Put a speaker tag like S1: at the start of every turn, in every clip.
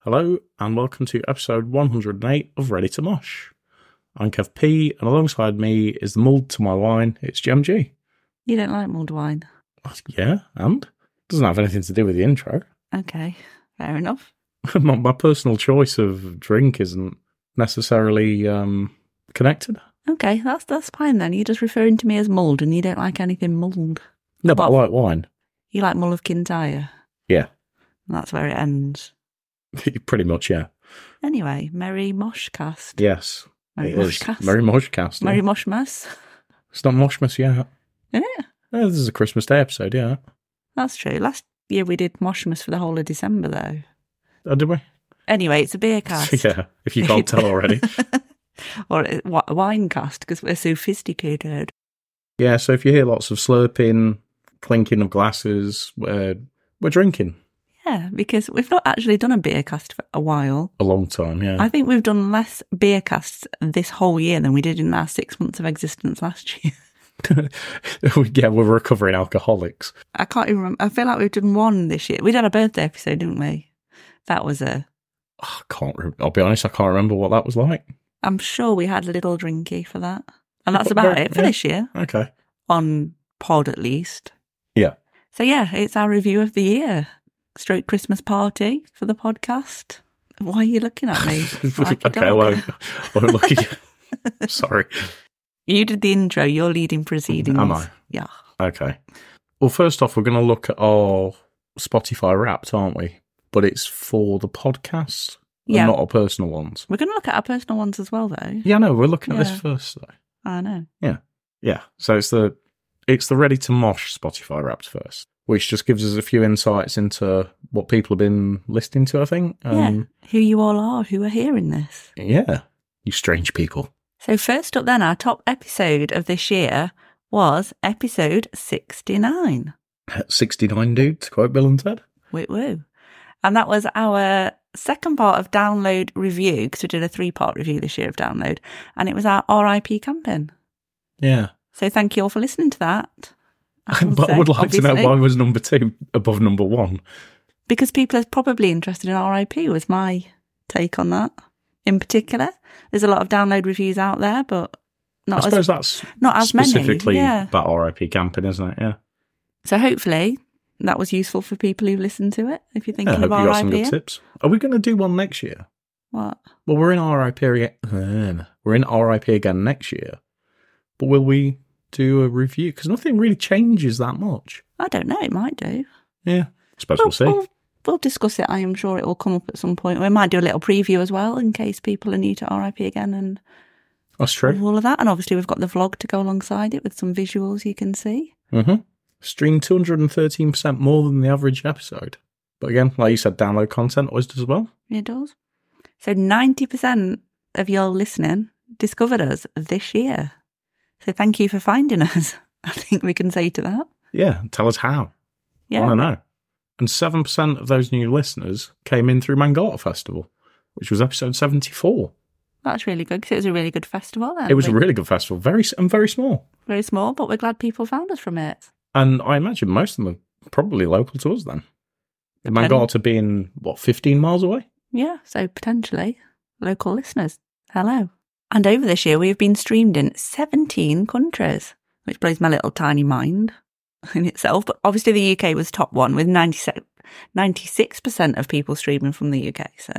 S1: Hello, and welcome to episode 108 of Ready to Mosh. I'm Kev P, and alongside me is the mould to my wine, it's Gem G.
S2: You don't like mulled wine.
S1: Yeah, and? Doesn't have anything to do with the intro.
S2: Okay, fair enough.
S1: my, my personal choice of drink isn't necessarily um, connected.
S2: Okay, that's that's fine then. You're just referring to me as mulled, and you don't like anything mulled.
S1: No, but I
S2: Well-
S1: like wine.
S2: You like mull of Kintyre.
S1: Yeah.
S2: And that's where it ends.
S1: Pretty much, yeah.
S2: Anyway, merry moshcast.
S1: Yes.
S2: Merry
S1: it is.
S2: moshcast.
S1: Merry Moshcast. yeah.
S2: Merry moshmas.
S1: It's not Moshmas yet.
S2: Isn't it?
S1: No, this is a Christmas Day episode, yeah.
S2: That's true. Last year we did moshmas for the whole of December though.
S1: Oh, did we?
S2: Anyway, it's a beer cast.
S1: yeah, if you can't tell already.
S2: or a wi- wine cast because we're sophisticated.
S1: Yeah, so if you hear lots of slurping, clinking of glasses, uh, we're drinking
S2: Yeah, because we've not actually done a beer cast for a while.
S1: a long time, yeah.
S2: I think we've done less beer casts this whole year than we did in our six months of existence last year.
S1: yeah, we're recovering alcoholics.
S2: I can't even remember. I feel like we've done one this year. We did a birthday episode, didn't we? That was a.
S1: Oh, I can't, re- I'll be honest, I can't remember what that was like.
S2: I'm sure we had a little drinky for that. And that's
S1: But
S2: about
S1: very-
S2: it for
S1: yeah.
S2: this year,
S1: Okay.
S2: on pod at least.
S1: Yeah.
S2: So, yeah, it's our review of the year. Stroke Christmas party for the podcast. Why are you looking at me? like a
S1: okay, I
S2: dog?
S1: won't, I won't look at you. Sorry.
S2: You did the intro, you're leading proceedings.
S1: Am I?
S2: Yeah.
S1: Okay. Well, first off, we're going to look at our Spotify wrapped, aren't we? But it's for the podcast and
S2: Yeah.
S1: not our personal ones.
S2: We're going to look at our personal ones as well, though.
S1: Yeah, no, we're looking at
S2: Yeah.
S1: this first, though.
S2: I know.
S1: Yeah. So it's the it's the ready to mosh Spotify wrapped first, which just gives us a few insights into what people have been listening to, I think. Um,
S2: yeah, who you all are, who are hearing this.
S1: yeah. You strange people.
S2: So, first up, then, our top episode of this year was episode 69.
S1: Sixty nine dude to quote Bill and Ted.
S2: Woo woo. And that was our second part of download review, because we did a three part review this year of download, and it was our RIP campaign.
S1: Yeah.
S2: So, thank you all for listening to that. will
S1: but I
S2: say,
S1: would like to know
S2: obviously,
S1: why was number two above number one.
S2: Because people are probably interested in RIP, was my take on that in particular. There's a lot of download reviews out there, but
S1: I
S2: not as
S1: suppose that's
S2: not as many,
S1: specifically
S2: yeah.
S1: about RIP camping, isn't it? Yeah.
S2: So hopefully that was useful for people who've listened to it. If you're
S1: Yeah, I
S2: thinking
S1: hope you
S2: about
S1: got some good
S2: RIP,
S1: tips. Are we gonna do one next year?
S2: what?
S1: Well we're in RIP again. um, We're in RIP again next year. But will we do a review? Because nothing really changes that much.
S2: I don't know. It might do.
S1: Yeah. I suppose we'll see.
S2: We'll, we'll discuss it. I am sure it will come up at some point. We might do a little preview as well in case people are new to RIP again and
S1: That's true.
S2: all of that. And obviously we've got the vlog to go alongside it with some visuals you can see.
S1: hmm Stream 213% more than the average episode. But again, like you said, download content always does well.
S2: It does. So ninety percent of your listening discovered us this year. So thank you for finding us. I think we can say to that.
S1: Yeah. Tell us how. I
S2: Yeah.
S1: want to know. And 7% of those new listeners came in through Mangata Festival, which was episode 74.
S2: That's really good because it was a really good festival. Then.
S1: It was a
S2: We-
S1: really good festival, very s- and very small.
S2: very small, but we're glad people found us from it.
S1: And I imagine most of them are probably local to us then.
S2: Depend-
S1: Mangata being, what, 15 miles away?
S2: Yeah, so potentially local listeners. Hello. And over this year, we have been streamed in 17 countries, which blows my little tiny mind in itself. But obviously, the UK was top one with 96, 96% of people streaming from the UK. So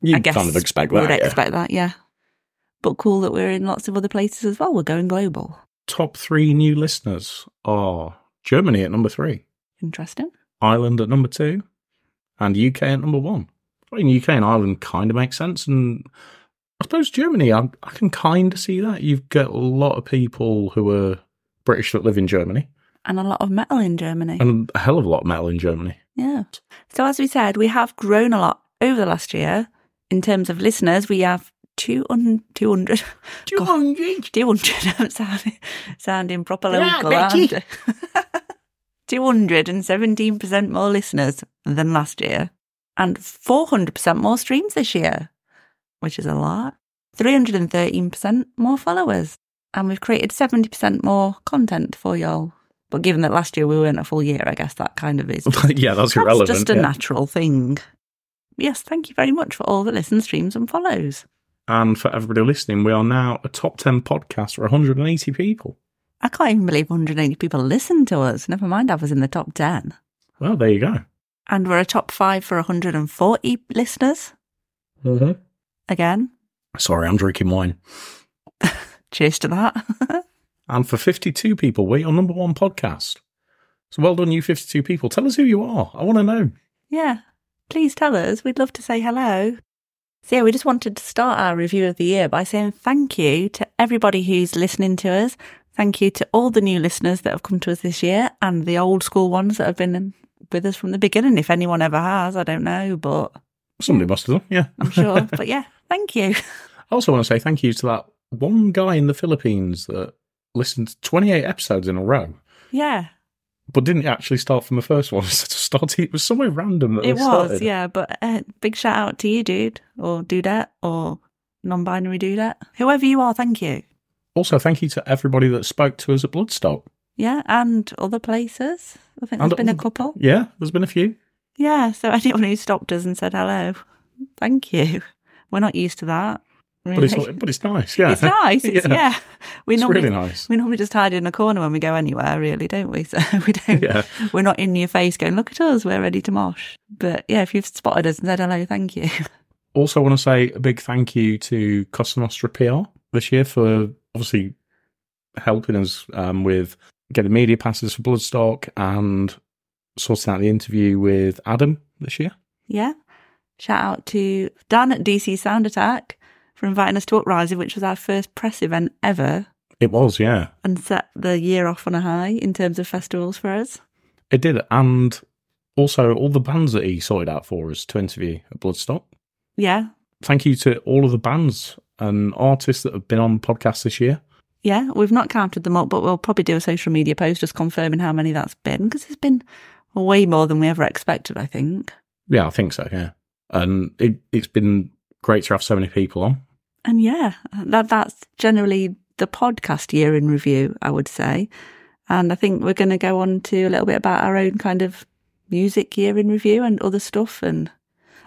S1: You
S2: I guess
S1: kind of expect
S2: we
S1: that.
S2: would
S1: yeah.
S2: expect that, yeah. But cool that we're in lots of other places as well. We're going global.
S1: top three new listeners are Germany at number three,
S2: Interesting.
S1: Ireland at number two, and UK at number one. I mean, UK and Ireland kind of make sense, and I suppose Germany, I, I can kind of see that. You've got a lot of people who are British that live in Germany,
S2: And a lot of metal in Germany.
S1: and a hell of a lot of metal in Germany.
S2: Yeah. So as we said, we have grown a lot over the last year in terms of listeners. We have 200, 200, God, 200 I'm sounding, sounding proper
S1: Yeah,
S2: local,
S1: Becky.
S2: aren't I? 217% more listeners than last year and 400% more streams this year, which is a lot. 313% more followers. And we've created 70% more content for y'all. But given that last year we weren't a full year, I guess that kind of is
S1: yeah, that's,
S2: that's
S1: irrelevant.
S2: just a
S1: yeah.
S2: natural thing. yes, thank you very much for all that listens, streams, and follows.
S1: And for everybody listening, we are now a top 10 podcast for 180 people.
S2: I can't even believe 180 people listen to us. Never mind, I was in the top 10.
S1: Well, there you go.
S2: And we're a top five for 140 listeners
S1: Mm-hmm.
S2: again.
S1: Sorry, I'm drinking wine.
S2: Cheers to that.
S1: And for 52 people, we are number one podcast. So well done, you 52 people. Tell us who you are. I want to know.
S2: yeah. Please tell us. We'd love to say hello. So, yeah, we just wanted to start our review of the year by saying thank you to everybody who's listening to us. Thank you to all the new listeners that have come to us this year and the old school ones that have been with us from the beginning. If anyone ever has, I don't know, but
S1: Somebody must have done. Yeah.
S2: I'm sure. but yeah, thank you.
S1: I also want to say thank you to that one guy in the Philippines that listened to 28 episodes in a row,
S2: Yeah.
S1: but didn't actually start from the first one. It started, it was somewhere random that
S2: It
S1: they
S2: was,
S1: started.
S2: yeah. But uh, big shout out to you, dude, or dudette, or non-binary dudette, whoever you are. Thank you.
S1: Also, thank you to everybody that spoke to us at Bloodstock.
S2: Yeah, and other places. I think
S1: And
S2: there's been a
S1: other-
S2: couple.
S1: Yeah, there's been a few.
S2: Yeah, so anyone who stopped us and said hello, thank you. We're not used to that.
S1: But it's,
S2: really.
S1: but it's nice. Yeah.
S2: It's nice. It's, yeah. we
S1: It's
S2: normally
S1: really nice.
S2: we normally just hide in a corner when we go anywhere, really, don't we? So we don't.
S1: Yeah.
S2: We're not in your face going, "Look at us, we're ready to mosh." But yeah, if you've spotted us and said hello, thank you.
S1: Also, want to say a big thank you to Costa Nostra PR this year for obviously helping us um, with getting media passes for Bloodstock and sorting out the interview with Adam this year.
S2: Yeah. Shout out to Dan at DC Sound Attack for inviting us to Uprising, which was our first press event ever
S1: It was, yeah.
S2: and set the year off on a high in terms of festivals for us.
S1: It did. And also, all the bands that he sorted out for us to interview at Bloodstock.
S2: Yeah.
S1: Thank you to all of the bands and artists that have been on podcasts this year.
S2: Yeah. We've not counted them up, but we'll probably do a social media post just confirming how many that's been because there's been way more than we ever expected, I think.
S1: Yeah, I think so, yeah. And it, it's been great to have so many people on.
S2: And yeah, that that's generally the podcast year in review, I would say. And I think we're going to go on to a little bit about our own kind of music year in review and other stuff. And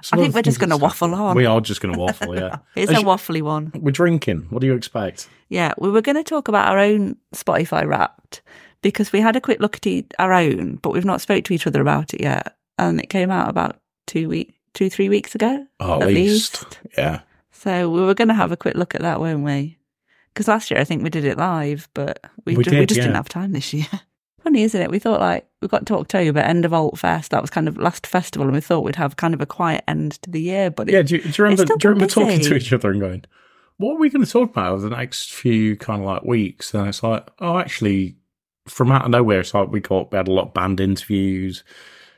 S1: Some
S2: I
S1: of
S2: think
S1: the
S2: we're just
S1: things
S2: going to
S1: that's
S2: waffle on.
S1: We are just going to waffle, yeah.
S2: It's a
S1: As you-
S2: waffly one.
S1: We're drinking. What do you expect?
S2: Yeah, we were going to talk about our own Spotify Wrapped because we had a quick look at e- our own, but we've not spoke to each other about it yet. And it came out about two week, two three weeks ago.
S1: Oh,
S2: At
S1: at least.
S2: least.
S1: Yeah.
S2: So we were going to have a quick look at that, weren't we? Because last year I think we did it live, but we,
S1: We
S2: ju- we
S1: did,
S2: just
S1: yeah.
S2: didn't have time this year. Funny, isn't it? We thought like we got to October, end of Alt Fest. That was kind of last festival, and we thought we'd have kind of a quiet end to the year. But it,
S1: Yeah. Do you, do you remember, do
S2: still
S1: you remember talking
S2: busy.
S1: to each other and going, what are we going to talk about over the next few kind of like weeks? And it's like, oh, actually, from out of nowhere, it's like we got, we had a lot of band interviews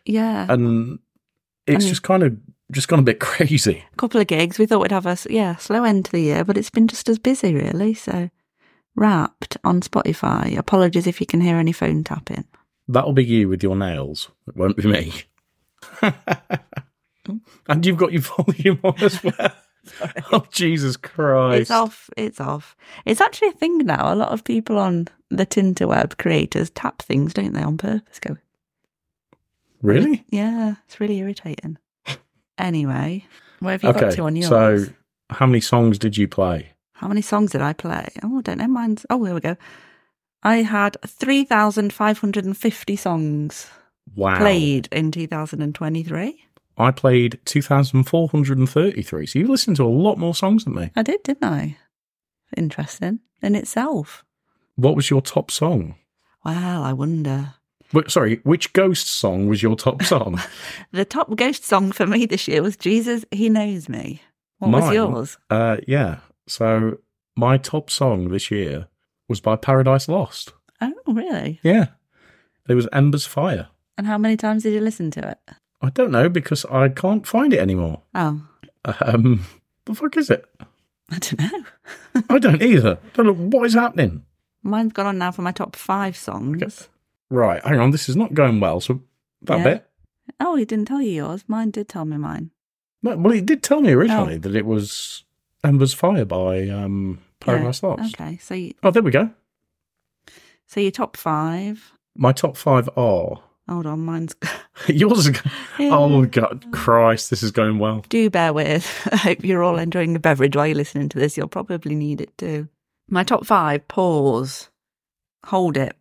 S2: yeah,
S1: and it's
S2: And-
S1: just kind of, just gone a bit crazy.
S2: a couple of gigs. We thought we'd have a s- yeah slow end to the year, but it's been just as busy really. So wrapped on Spotify. Apologies if you can hear any phone tapping.
S1: That'll be you with your nails. It won't be me. and you've got your volume on as well. oh, Jesus Christ.
S2: It's off. It's off. It's actually a thing now. A lot of people on the Tinterweb creators tap things, don't they, on purpose? Go,
S1: Really?
S2: yeah, it's really irritating. Anyway, where have you got to on yours?
S1: So, how many songs did you play?
S2: How many songs did I play? Oh, I don't know. Mine's, oh, here we go. I had 3,550 songs
S1: Wow.
S2: played in 2023.
S1: I played 2,433. So, you listened to a lot more songs than me.
S2: I did, didn't I? Interesting in itself.
S1: What was your top song?
S2: Well, I wonder.
S1: Wh- Sorry, which ghost song was your top song?
S2: The top ghost song for me this year was Jesus, He Knows Me. What was
S1: Mine?
S2: yours?
S1: uh, yeah. So, my top song this year was by Paradise Lost.
S2: Oh, really?
S1: Yeah. It was Ember's Fire.
S2: And how many times did you listen to it?
S1: I don't know because I can't find it anymore.
S2: Oh,
S1: Um, the fuck is it?
S2: I don't know.
S1: I don't either. don't know what is happening.
S2: Mine's gone on now for my top five songs.
S1: Right, hang on. This is not going well. So that
S2: Yeah.
S1: bit.
S2: Oh, he didn't tell you yours. Mine did tell me mine.
S1: No, well, it did tell me originally
S2: Oh.
S1: that it was Ember's Fire by um, Paradise
S2: Yeah.
S1: Lost.
S2: Okay, so you,
S1: Oh, there we go.
S2: so your top five.
S1: My top five are
S2: Hold on, mine's
S1: Yours is. go- Oh, God, Christ, this is going well.
S2: do bear with. I hope you're all enjoying a beverage while you're listening to this. You'll probably need it too. My top five pause. Hold it.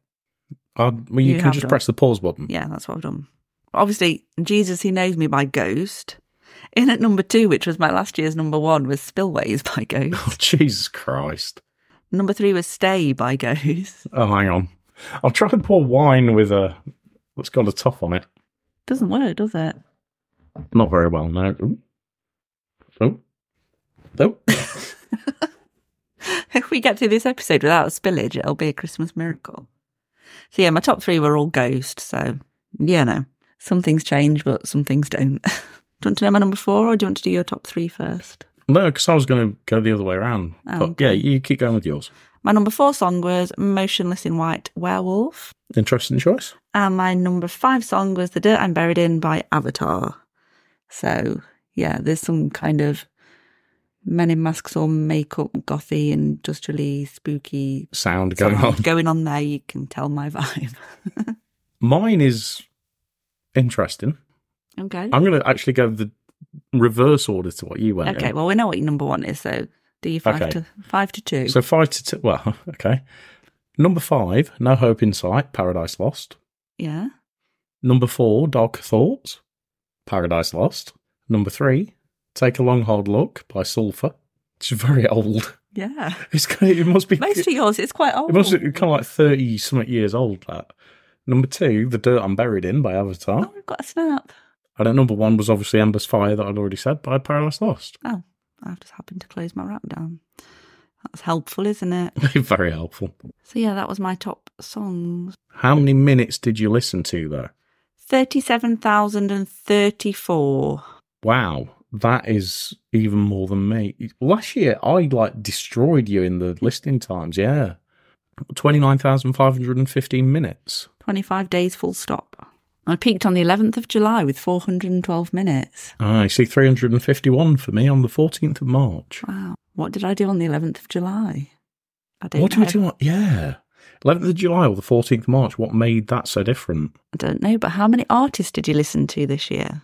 S1: Uh, well, you,
S2: You
S1: can
S2: have
S1: just
S2: done.
S1: press the pause button.
S2: Yeah, that's what I've done. Obviously, Jesus, He Knows Me by Ghost. In at number two, which was my last year's number one, was Spillways by Ghost.
S1: Oh, Jesus Christ.
S2: number three was Stay by Ghost.
S1: Oh, hang on. I'll try and pour wine with a that's got a top on it.
S2: Doesn't work, does it?
S1: Not very well, no. Ooh. Oh. Oh.
S2: if we get through this episode without a spillage, it'll be a Christmas miracle. So yeah, my top three were all ghost. So yeah, no, some things change, but some things don't. do you want to know my number four, or do you want to do your top three first?
S1: No, because I was going to go the other way around.
S2: Oh,
S1: but yeah, you keep going with yours.
S2: My number four song was "Motionless in White" Werewolf,
S1: Interesting choice.
S2: and my number five song was "The Dirt I'm Buried In" by Avatar. So yeah, there's some kind of men in masks or makeup, gothy, industrially spooky
S1: Sound going
S2: sound
S1: on.
S2: going on there. You can tell my vibe.
S1: Mine is interesting.
S2: Okay.
S1: I'm going to actually go the reverse order to what you went.
S2: Okay.
S1: in.
S2: Well, we know what your number one is, so do you five
S1: Okay.
S2: to five to two?
S1: So five to two. Well, okay. Number five, No Hope in Sight, Paradise Lost.
S2: yeah.
S1: Number four, Dark Thoughts, Paradise Lost. Number three, Take a Long Hard Look by Sulphur. It's very old.
S2: Yeah.
S1: It's kind of, it must be.
S2: Most of yours is quite old.
S1: it must be kind of like thirty something years old. That number two, The Dirt I'm Buried In by Avatar.
S2: Oh, we've got a snap.
S1: And then number one was obviously Ember's Fire that I'd already said by Paradise Lost.
S2: Oh, I've just happened to close my wrap down. That's helpful, isn't it?
S1: very helpful.
S2: So yeah, that was my top songs.
S1: How many minutes did you listen to though?
S2: Thirty-seven thousand and thirty-four.
S1: Wow, that is even more than me. Last year, I like destroyed you in the listening times. Yeah, twenty nine thousand five hundred and fifteen minutes.
S2: 25 days full stop. I peaked on the 11th of July with 412 minutes.
S1: I Ah, see three hundred and fifty one for me on the fourteenth of March.
S2: Wow. What did I do on the 11th of July? I don't
S1: What do
S2: know.
S1: we do? on- Yeah, eleventh of July or the fourteenth of March. What made that so different?
S2: I don't know, but how many artists did you listen to this year?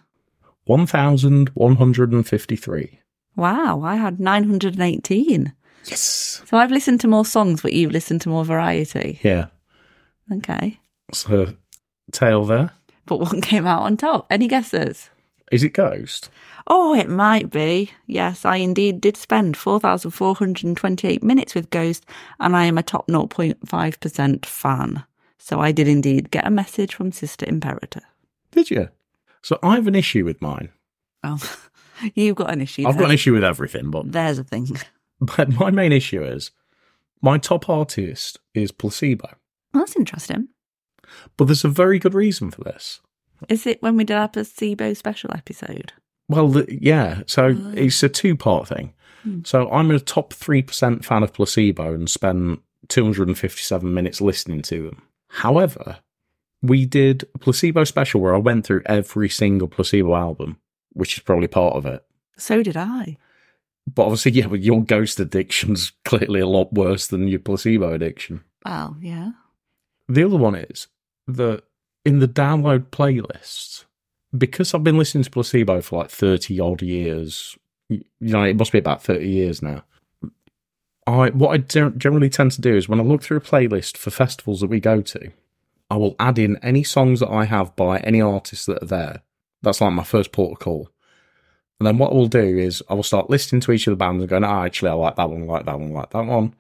S1: One thousand one hundred and fifty three.
S2: Wow, I had 918.
S1: Yes.
S2: So I've listened to more songs, but you've listened to more variety.
S1: Yeah,
S2: Okay.
S1: it's a tale there.
S2: But one came out on top. Any guesses?
S1: Is it Ghost?
S2: Oh, it might be. Yes, I indeed did spend 4,428 minutes with Ghost, and I am a top 0.5% fan. So I did indeed get a message from Sister Imperator.
S1: Did you? So I have an issue with mine.
S2: Oh, you've got an issue.
S1: I've got an
S2: there.
S1: issue with everything, but
S2: There's a thing.
S1: But my main issue is my top artist is Placebo.
S2: Well, that's interesting.
S1: But there's a very good reason for this.
S2: Is it when we did our placebo special episode?
S1: Well, th- yeah. So it's a two part thing. So I'm a top 3% fan of Placebo and spend 257 minutes listening to them. However, we did a Placebo special where I went through every single Placebo album, which is probably part of it.
S2: So did I.
S1: But obviously, yeah, well, your ghost addiction's clearly a lot worse than your placebo addiction.
S2: Well, yeah.
S1: The other one is that in the download playlists, because I've been listening to Placebo for like 30 odd years, y- you know, it must be about 30 years now. I What I gen- generally tend to do is when I look through a playlist for festivals that we go to, I will add in any songs that I have by any artists that are there. That's like my first port of call. And then what I will do is I will start listening to each of the bands and going, ah, actually, I like that one, I like that one, I like that one.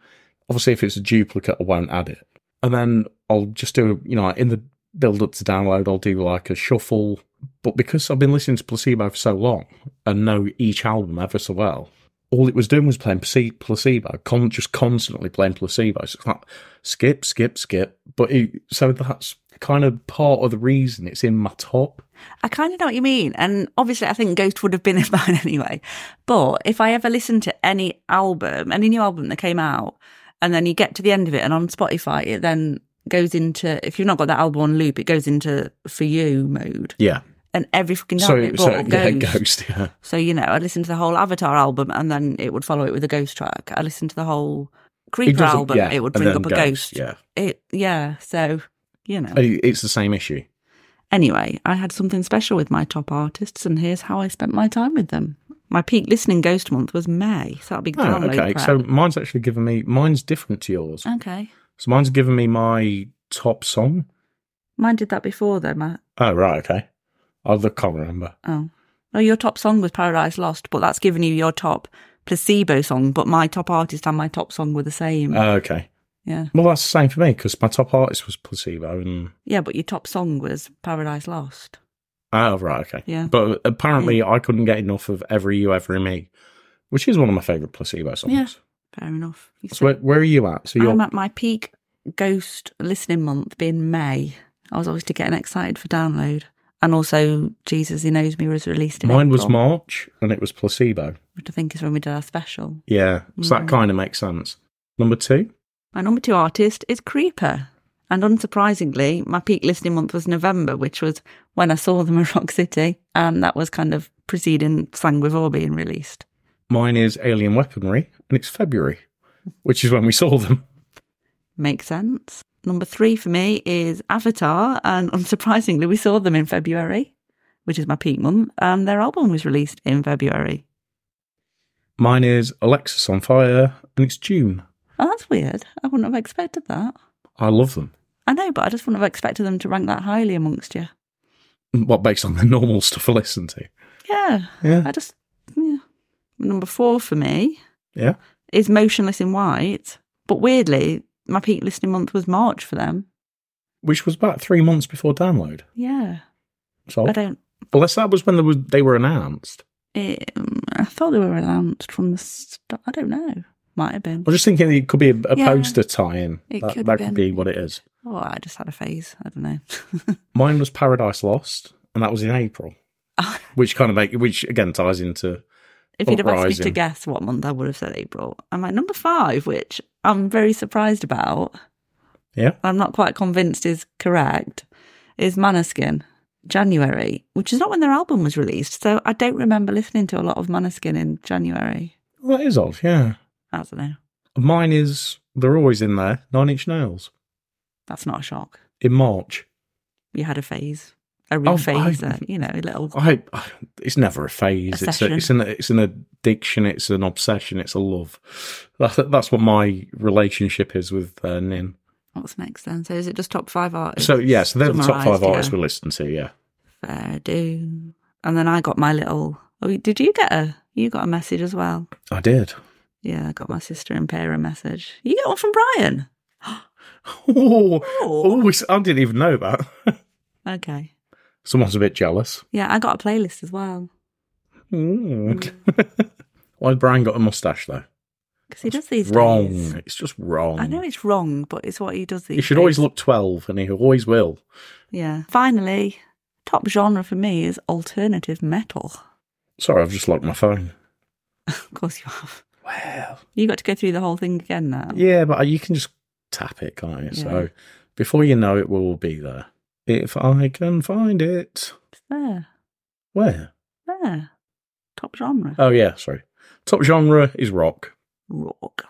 S1: Obviously, if it's a duplicate, I won't add it and then I'll just do you know in the build up to download I'll do like a shuffle. But because I've been listening to Placebo for so long and know each album ever so well, all it was doing was playing Place- Placebo, con- just constantly playing Placebo. So it's like skip, skip, skip. But it, so that's kind of part of the reason it's in my top.
S2: I kind of know what you mean. And obviously, I think Ghost would have been in mine anyway. But if I ever listen to any album, any new album that came out, and then you get to the end of it, and on Spotify, it then goes into, if you've not got that album on loop, it goes into for you mode.
S1: Yeah.
S2: And every fucking time
S1: So,
S2: it
S1: so
S2: brought up
S1: yeah,
S2: Ghost.
S1: ghost. Yeah.
S2: So, you know, I listened to the whole Avatar album and then it would follow it with a ghost track. I listened to the whole
S1: It
S2: Creeper
S1: doesn't-
S2: album,
S1: yeah,
S2: it would
S1: and
S2: bring
S1: then
S2: up a ghost.
S1: Yeah.
S2: It, yeah. So, you know.
S1: It- It's the same issue.
S2: Anyway, I had something special with my top artists, and here's how I spent my time with them. My peak listening ghost month was May, so that'll be
S1: Oh,
S2: download
S1: okay.
S2: prep.
S1: So mine's actually given me mine's different to yours.
S2: okay.
S1: So mine's given me my top song.
S2: Mine did that before, though. My
S1: Oh right, okay. I can't remember.
S2: oh, oh, your top song was Paradise Lost, but that's given you your top placebo song. But my top artist and my top song were the same.
S1: Oh, okay.
S2: yeah,
S1: Well, that's the same for me because my top artist was Placebo, and
S2: yeah, but your top song was Paradise Lost.
S1: oh right, okay.
S2: Yeah.
S1: But apparently, I couldn't get enough of "Every You, Every Me," which is one of my favourite Placebo songs.
S2: Yeah. Fair enough. You
S1: So where, where are you at? So
S2: I'm
S1: you're
S2: at my peak ghost listening month being May. I was obviously getting excited for download. And also, Jesus, He Knows Me was released in
S1: mine was
S2: April,
S1: March, and it was Placebo.
S2: which I think is when we did our special.
S1: Yeah. So that kind of makes sense. Number two.
S2: My number two artist is Creeper. And unsurprisingly, my peak listening month was November, which was when I saw them at Rock City. And that was kind of preceding Sang Before being released.
S1: Mine is Alien Weaponry, and it's February, which is when we saw them.
S2: Makes sense. Number three for me is Avatar, and unsurprisingly, we saw them in February, which is my peak month, and their album was released in February.
S1: Mine is Alexis on Fire, and it's June.
S2: Oh, that's weird. I wouldn't have expected that.
S1: I love them.
S2: I know, but I just wouldn't have expected them to rank that highly amongst you.
S1: What based on the normal stuff I listen to?
S2: Yeah,
S1: Yeah,
S2: I just yeah. Number four for me
S1: yeah.
S2: is Motionless in White, but weirdly, my peak listening month was March for them.
S1: Which was about three months before download.
S2: Yeah,
S1: So
S2: I don't.
S1: unless that was when they were, they were announced.
S2: It, I thought they were announced from the start. I don't know. Might have been.
S1: I was just thinking it could be a, a
S2: Yeah.
S1: poster tie-in.
S2: It
S1: that
S2: could
S1: that
S2: have
S1: could
S2: been.
S1: be what it is.
S2: Oh, I just had a phase. I don't know.
S1: Mine was Paradise Lost, and that was in April,
S2: Ah.
S1: which kind of make which again ties into
S2: if you'd have asked me to
S1: Uprising.
S2: guess what month, I would have said April. I'm at number five, which I'm very surprised about.
S1: yeah.
S2: I'm not quite convinced is correct. Is Maneskin January, which is not when their album was released. So I don't remember listening to a lot of Maneskin in January.
S1: Well, that is odd. Yeah,
S2: I don't know.
S1: mine is they're always in there. Nine Inch Nails
S2: That's not a shock.
S1: in March.
S2: You had a phase, a real
S1: Oh,
S2: phase,
S1: I-
S2: uh, you know, a little.
S1: I, I it's never a phase. it's
S2: Obsession.
S1: a, it's an it's an addiction. It's an obsession. It's a love. That's that's what my relationship is with uh, Nin.
S2: What's next then? So is it just top five artists?
S1: So yeah, so they're the top five
S2: Summarised, yeah.
S1: artists we listen to. Yeah,
S2: Fair do. And then I got my little. Oh, did you get a? You got a message as well.
S1: I did.
S2: Yeah, I got my sister in pair a message. You get one from Brian.
S1: Oh,
S2: Oh.
S1: oh, it's- I didn't even know that.
S2: Okay.
S1: Someone's a bit jealous.
S2: Yeah, I got a playlist as well
S1: Mm. Why Brian got a mustache though?
S2: because he does these
S1: wrong.
S2: days.
S1: It's just wrong.
S2: I know it's wrong, but it's what he does these.
S1: You should
S2: days.
S1: always look twelve, and he always will.
S2: Yeah. Finally, top genre for me is alternative metal.
S1: Sorry, I've just locked my phone.
S2: Of course you have.
S1: Well,
S2: You got to go through the whole thing again now.
S1: yeah, but uh, you can just tap it, can't you?
S2: Yeah.
S1: So before you know it, we'll be there. If I can find it,
S2: It's There,
S1: where?
S2: there. Top genre.
S1: Oh yeah, sorry. Top genre is rock.
S2: rock.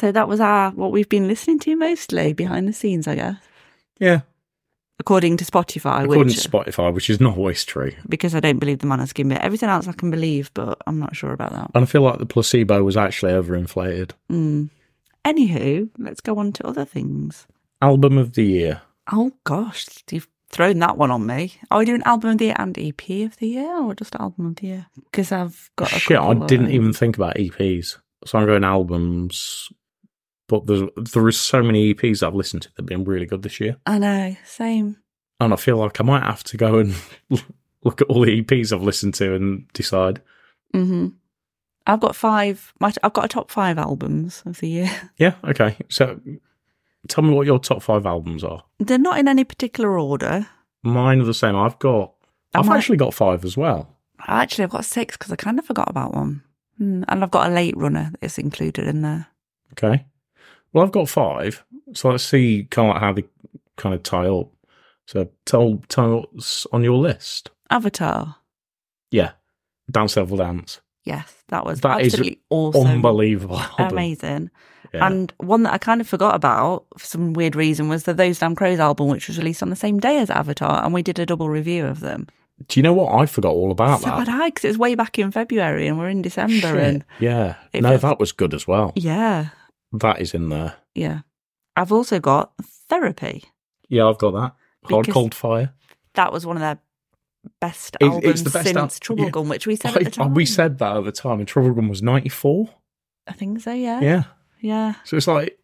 S2: So that was our what we've been listening to mostly behind the scenes, I guess,
S1: Yeah,
S2: according to Spotify.
S1: according
S2: which,
S1: to Spotify, which is not always true.
S2: because I don't believe the Maneskin bit. Everything else I can believe, but I'm not sure about that.
S1: And I feel like the placebo was actually overinflated.
S2: Mm. Anywho, let's go on to other things.
S1: Album of the year.
S2: Oh gosh, you've thrown that one on me. Are we doing album of the year and EP of the year, or just album of the year? Because I've got a
S1: Shit, I
S2: couple of-
S1: didn't even think about EPs. So I'm going albums, but there's there are so many EPs I've listened to that've been really good this year,
S2: I know, same.
S1: and I feel like I might have to go and look at all the EPs I've listened to and decide.
S2: hmm I've got five. My, I've got a top five albums of the year.
S1: Yeah, okay. So tell me what your top five albums are.
S2: They're not in any particular order.
S1: Mine are the same. I've got.
S2: I
S1: I've
S2: might-
S1: actually got five as well.
S2: Actually, I've got six because I kind of forgot about one. Mm, And I've got a late runner that's included in there.
S1: Okay. Well, I've got five. So let's see kind of like how they kind of tie up. So tell tell me what's on your list.
S2: Avatar.
S1: Yeah, Dance Devil Dance.
S2: Yes, that was
S1: That is
S2: absolutely awesome.
S1: Unbelievable album.
S2: Amazing.
S1: Yeah.
S2: And one that I kind of forgot about for some weird reason was the Those Damn Crows album, which was released on the same day as Avatar, and we did a double review of them.
S1: Do you know what? I forgot all about
S2: so
S1: that.
S2: had I, because it was way back in February and we're in December. And
S1: Shit. Yeah.
S2: It
S1: no,
S2: feels-
S1: that was good as well.
S2: yeah,
S1: That is in there.
S2: yeah. I've also got Therapy.
S1: Yeah, I've got that. Hard
S2: Because-
S1: Cold Fire.
S2: That was one of their best
S1: It's- it's
S2: albums
S1: the best
S2: since
S1: al-
S2: Trouble
S1: yeah.
S2: Gun, which we said at the
S1: I, oh,
S2: time.
S1: we said that at the time, and Trouble Gun was 94.
S2: I think so, yeah. Yeah.
S1: Yeah.
S2: Yeah.
S1: So it's like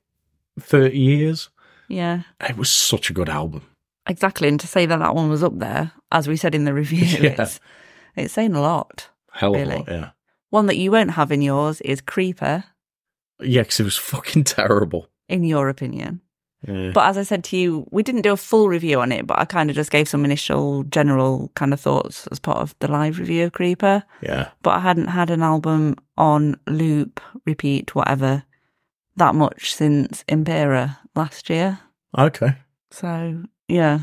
S1: 30 years. It was such a good album.
S2: Exactly. And to say that that one was up there, as we said in the review,
S1: Yeah.
S2: it's, it's saying a lot.
S1: Hell of a
S2: Really?
S1: lot, yeah.
S2: One that you won't have in yours is Creeper,
S1: Yeah, because it was fucking terrible.
S2: in your opinion.
S1: Yeah.
S2: But as I said to you, we didn't do a full review on it, but I kind of just gave some initial general kind of thoughts as part of the live review of Creeper.
S1: yeah.
S2: But I hadn't had an album on loop, repeat, whatever, that much since Impera last year.
S1: Okay.
S2: So yeah,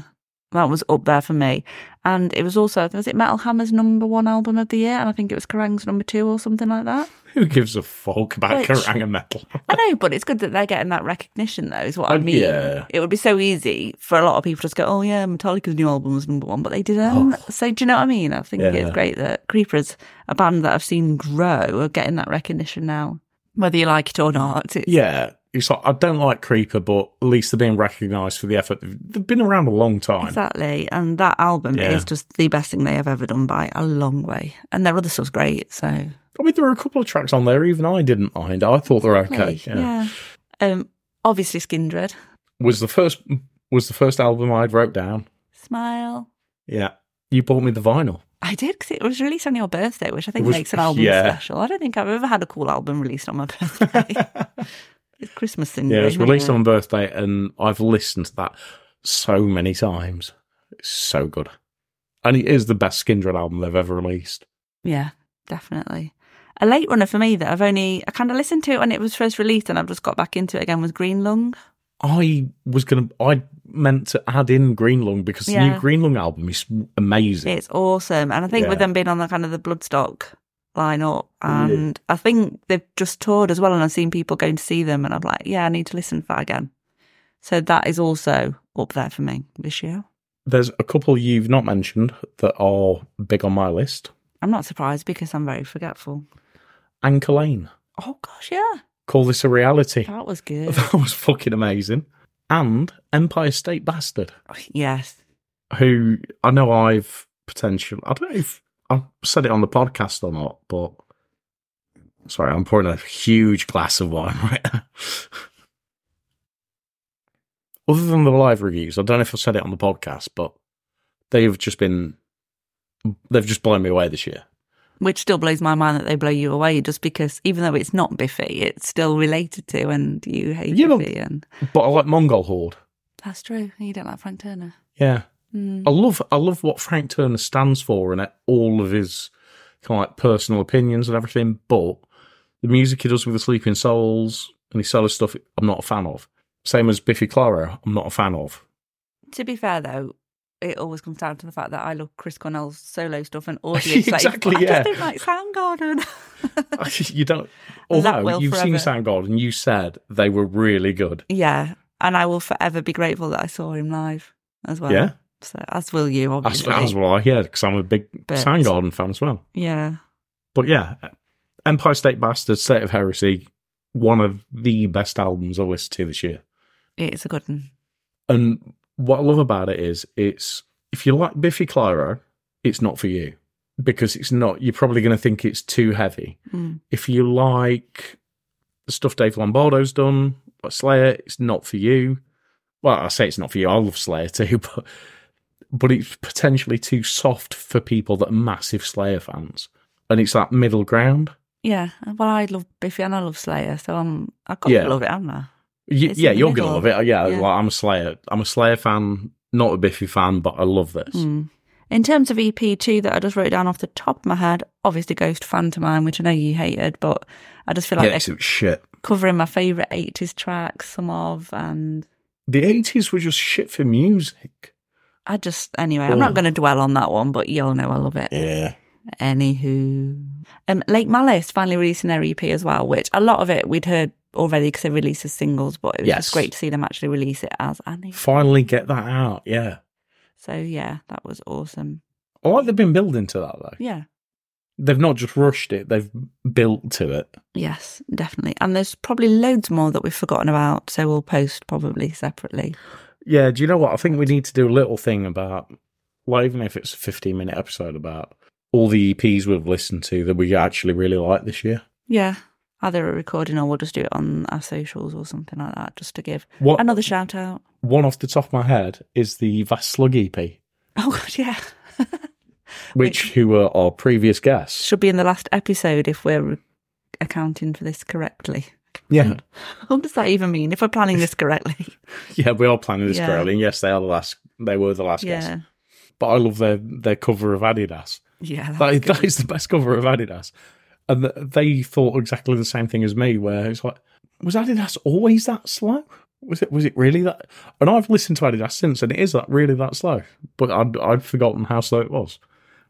S2: that was up there for me. And it was also was it Metal Hammer's number one album of the year, and I think it was Kerrang's number two or something like that.
S1: Who gives a fuck about
S2: Which-
S1: Karanga Metal?
S2: I know, but it's good that they're getting that recognition, though. Is what I
S1: Oh,
S2: mean.
S1: yeah.
S2: It would be so easy for a lot of people to just go, "Oh yeah, Metallica's new album was number one," but they didn't. So do you know what I mean? I think
S1: Oh. Yeah.
S2: it's great that Creepers, a band that I've seen grow, are getting that recognition now, whether you like it or not. It's,
S1: yeah. It's like, I don't like Creeper, but at least they're being recognised for the effort. They've they've been around a long time.
S2: Exactly. And that album
S1: Yeah.
S2: is just the best thing they have ever done by a long way. And their other stuff's great. So,
S1: I mean, there were a couple of tracks on there even I didn't mind. I thought they were okay.
S2: Lovely. yeah. Um, obviously, Skindred.
S1: Was the first was the first album I'd wrote down.
S2: Smile.
S1: Yeah. You bought me the vinyl.
S2: I did because it was released on your birthday, which I think
S1: was-
S2: makes an album
S1: yeah.
S2: special. I don't think I've ever had a cool album released on my birthday. it's Christmas thing.
S1: Yeah, it was
S2: isn't
S1: released on my birthday and I've listened to that so many times. It's so good. And it is the best Skindred album they've ever released.
S2: Yeah, definitely. A late runner for me that I've only I kind of listened to it when it was first released, and I've just got back into it again was Green Lung.
S1: I was gonna I meant to add in Green Lung because the
S2: Yeah.
S1: new Green Lung album is amazing.
S2: It's awesome. And I think
S1: Yeah.
S2: with them being on the kind of the bloodstock lineup and I think they've just toured as well and I've seen people going to see them and I'm like, yeah, I need to listen to that again. So that is also up there for me this year.
S1: There's a couple you've not mentioned that are big on my list.
S2: I'm not surprised because I'm very forgetful.
S1: Anchor Lane.
S2: Oh gosh, yeah.
S1: Call this a reality.
S2: That was good.
S1: That was fucking amazing. And Empire State Bastard,
S2: yes.
S1: who I know I've potential. I don't know if I've said it on the podcast or not, but sorry, I'm pouring a huge glass of wine right now. Other than the live reviews, I don't know if I said it on the podcast, but they've just been they've just blown me away this year.
S2: Which still blows my mind that they blow you away just because even though it's not Biffy, it's still related to and you hate
S1: You know-
S2: Biffy and
S1: But I like Mongol Horde.
S2: That's true. You don't like Frank Turner.
S1: Yeah.
S2: Mm.
S1: I love I love what Frank Turner stands for and all of his kind of like personal opinions and everything, but the music he does with the Sleeping Souls and his solo stuff, I'm not a fan of. Same as Biffy Clyro, I'm not a fan of.
S2: To be fair, though, it always comes down to the fact that I love Chris Cornell's solo stuff and audio.
S1: Exactly,
S2: I
S1: yeah.
S2: just don't like Soundgarden.
S1: you don't.
S2: That
S1: Although
S2: will
S1: you've seen
S2: forever.
S1: Soundgarden, you said they were really good.
S2: yeah, and I will forever be grateful that I saw him live as well.
S1: Yeah.
S2: So as will you,
S1: As,
S2: obviously.
S1: as well, yeah, because I'm a big
S2: But-
S1: Soundgarden fan as well.
S2: Yeah.
S1: But yeah, Empire State Bastard, State of Heresy, one of the best albums I listened to this year.
S2: It's a good one.
S1: And what I love about it is, it's if you like Biffy Clyro, it's not for you because it's not. You're probably going to think it's too heavy.
S2: Mm.
S1: If you like the stuff Dave Lombardo's done, like Slayer, it's not for you. Well, I say it's not for you. I love Slayer too, but but it's potentially too soft for people that are massive Slayer fans. And it's that middle ground.
S2: Yeah. Well, I love Biffy and I love Slayer, so I'm I've got
S1: Yeah.
S2: to love it, haven't I?
S1: Y
S2: It's in
S1: yeah,
S2: the
S1: you're
S2: middle.
S1: gonna love it. Yeah,
S2: Yeah.
S1: Like, I'm a Slayer. I'm a Slayer fan, not a Biffy fan, but I love this.
S2: Mm. In terms of EP two that I just wrote down off the top of my head, obviously Ghost Phantomine, which I know you hated, but I just feel like
S1: yeah,
S2: they're
S1: it's shit.
S2: covering my favourite eighties tracks, some of and
S1: the eighties were just shit for music.
S2: I just anyway, I'm not
S1: Oh.
S2: going to dwell on that one, but you all know I love it.
S1: Yeah.
S2: Anywho, um, Lake Malice finally released an EP as well, which a lot of it we'd heard already because they released as singles, but it was
S1: Yes.
S2: just great to see them actually release it as an EP.
S1: Finally get that out. Yeah.
S2: So yeah, that was awesome.
S1: I like they've been building to that though.
S2: Yeah.
S1: They've not just rushed it, they've built to it.
S2: Yes, definitely. And there's probably loads more that we've forgotten about, so we'll post probably separately.
S1: Yeah, do you know what? I think we need to do a little thing about, well, even if it's a 15 minute episode about all the EPs we've listened to that we actually really like this year.
S2: Yeah. Either a recording or we'll just do it on our socials or something like that, just to give
S1: What
S2: another shout out.
S1: one off the top of my head is the Vast Slug E EP, which,
S2: Oh god, yeah.
S1: who were our previous guests.
S2: Should be in the last episode if we're accounting for this correctly.
S1: Yeah,
S2: What does that even mean? If we're planning this correctly.
S1: yeah, we are planning this
S2: Yeah.
S1: correctly. And yes, they are the last. They were the last
S2: yeah.
S1: guests. But I love their their cover of Adidas.
S2: Yeah.
S1: That
S2: That's
S1: is,
S2: good.
S1: that is the best cover of Adidas. And th- they thought exactly the same thing as me, where it's like, was Adidas always that slow? Was it was it really that? And I've listened to Adidas since, and it is that really that slow. But I'd, I'd forgotten how slow it was.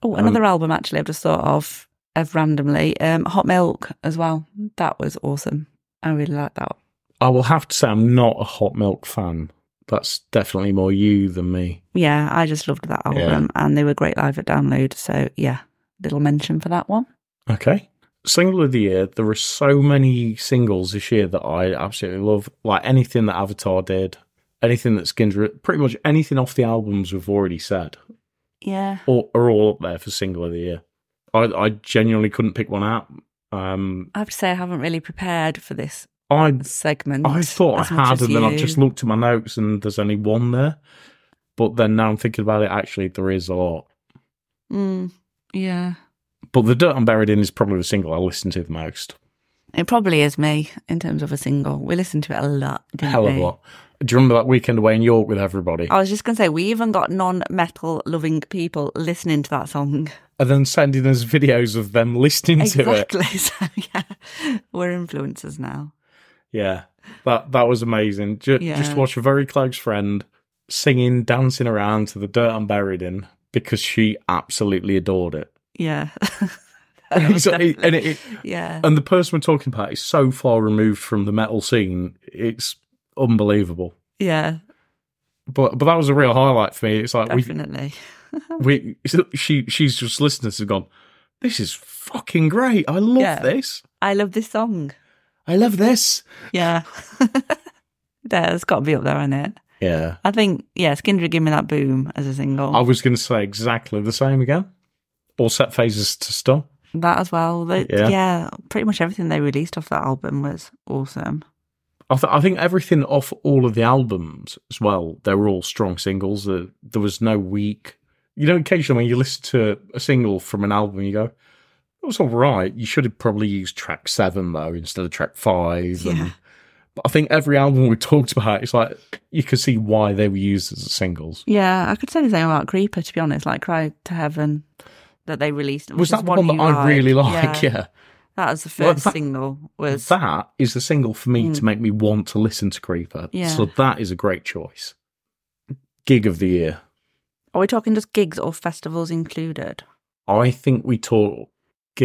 S1: um,
S2: Oh, another album actually I've just thought of of randomly. Um Hot Milk as well. That was awesome. I really like that one.
S1: I will have to say, I'm not a Hot Milk fan. That's definitely more you than me.
S2: Yeah, I just loved that
S1: Yeah.
S2: album and they were great live at download. So yeah, little mention for that one.
S1: Okay. Single of the year. There are so many singles this year that I absolutely love. Like anything that Avatar did, anything that Skins, re- pretty much anything off the albums we've already said,
S2: Yeah.
S1: all, are all up there for single of the year. I, I genuinely couldn't pick one out. Um,
S2: I have to say I haven't really prepared for this
S1: I
S2: segment.
S1: I thought
S2: as
S1: I
S2: much
S1: had,
S2: as
S1: and then I
S2: you.
S1: just looked at my notes, and there's only one there. But then now I'm thinking about it. Actually, there is a lot.
S2: Mm, yeah.
S1: But the dirt I'm buried in is probably the single I listen to the most.
S2: It probably is me in terms of a single. We listened to it a lot. Didn't
S1: Hell of
S2: we?
S1: a lot. Do you remember that weekend away in York with everybody?
S2: I was just going to say, we even got non metal loving people listening to that song.
S1: and then sending us videos of them listening to it.
S2: Exactly. So, yeah, we're influencers now.
S1: Yeah, that that was amazing. Just,
S2: Yeah.
S1: just watch a very close friend singing, dancing around to the dirt I'm buried in because she absolutely adored it.
S2: Yeah. Oh,
S1: So it- and, it,
S2: yeah.
S1: and the person we're talking about is so far removed from the metal scene, it's unbelievable.
S2: Yeah.
S1: But but that was a real highlight for me. It's like we
S2: Definitely.
S1: we she she's just listened to us and gone, this is fucking great. I love
S2: Yeah.
S1: this.
S2: I love this song.
S1: I love this.
S2: Yeah. There's got to be up there, isn't it?
S1: Yeah.
S2: I think, yeah, Skindred Give Me That Boom as a single.
S1: I was going to say exactly the same again. All set phases to stop.
S2: that as well. They-
S1: Yeah.
S2: yeah. pretty much everything they released off that album was awesome.
S1: I, th- I think everything off all of the albums as well, they were all strong singles. There, there was no weak. You know, occasionally when you listen to a single from an album, you go, it was all right. You should have probably used track seven, though, instead of track five.
S2: Yeah.
S1: And, but I think every album we talked about, it's like you can see why they were used as singles.
S2: Yeah, I could say the same about Creeper, to be honest, like Cry to Heaven that they released. which
S1: Was
S2: is
S1: that the one that
S2: you
S1: I really like?
S2: liked.
S1: Yeah.
S2: That was the
S1: Well,
S2: first
S1: that-
S2: single, was
S1: That is the single for me to make me want to listen to Creeper.
S2: Mm. Yeah.
S1: So that is a great choice. Gig of the year.
S2: Are we talking just gigs or festivals included?
S1: I think we taught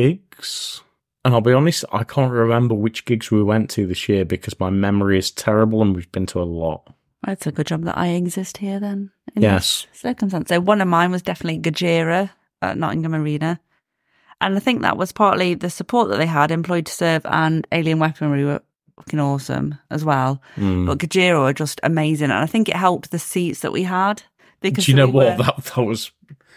S1: gigs. And I'll be honest, I can't remember which gigs we went to this year because my memory is terrible and we've been to a lot.
S2: It's a good job that I exist here then. in
S1: Yes.
S2: this Circumstance. So one of mine was definitely Gajira at Nottingham Arena. And I think that was partly the support that they had, Employed to Serve and Alien Weaponry were fucking awesome as well.
S1: Mm.
S2: But Gajira were just amazing. And I think it helped the seats that we had. Because
S1: Do you know
S2: we
S1: what?
S2: were-
S1: That, that was.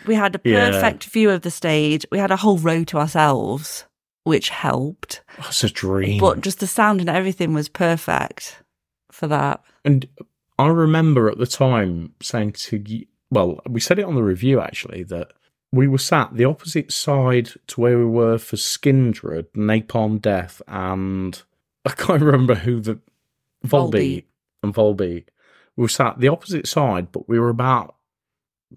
S2: we had a
S1: Yeah.
S2: perfect view of the stage. We had a whole row to ourselves, which helped.
S1: That's a dream.
S2: But just the sound and everything was perfect for that.
S1: And I remember at the time saying to y- well, we said it on the review actually that we were sat the opposite side to where we were for Skindred, Napalm Death, and I can't remember who the Volbeat
S2: Volbeat.
S1: and Volbeat. We were sat the opposite side, but we were about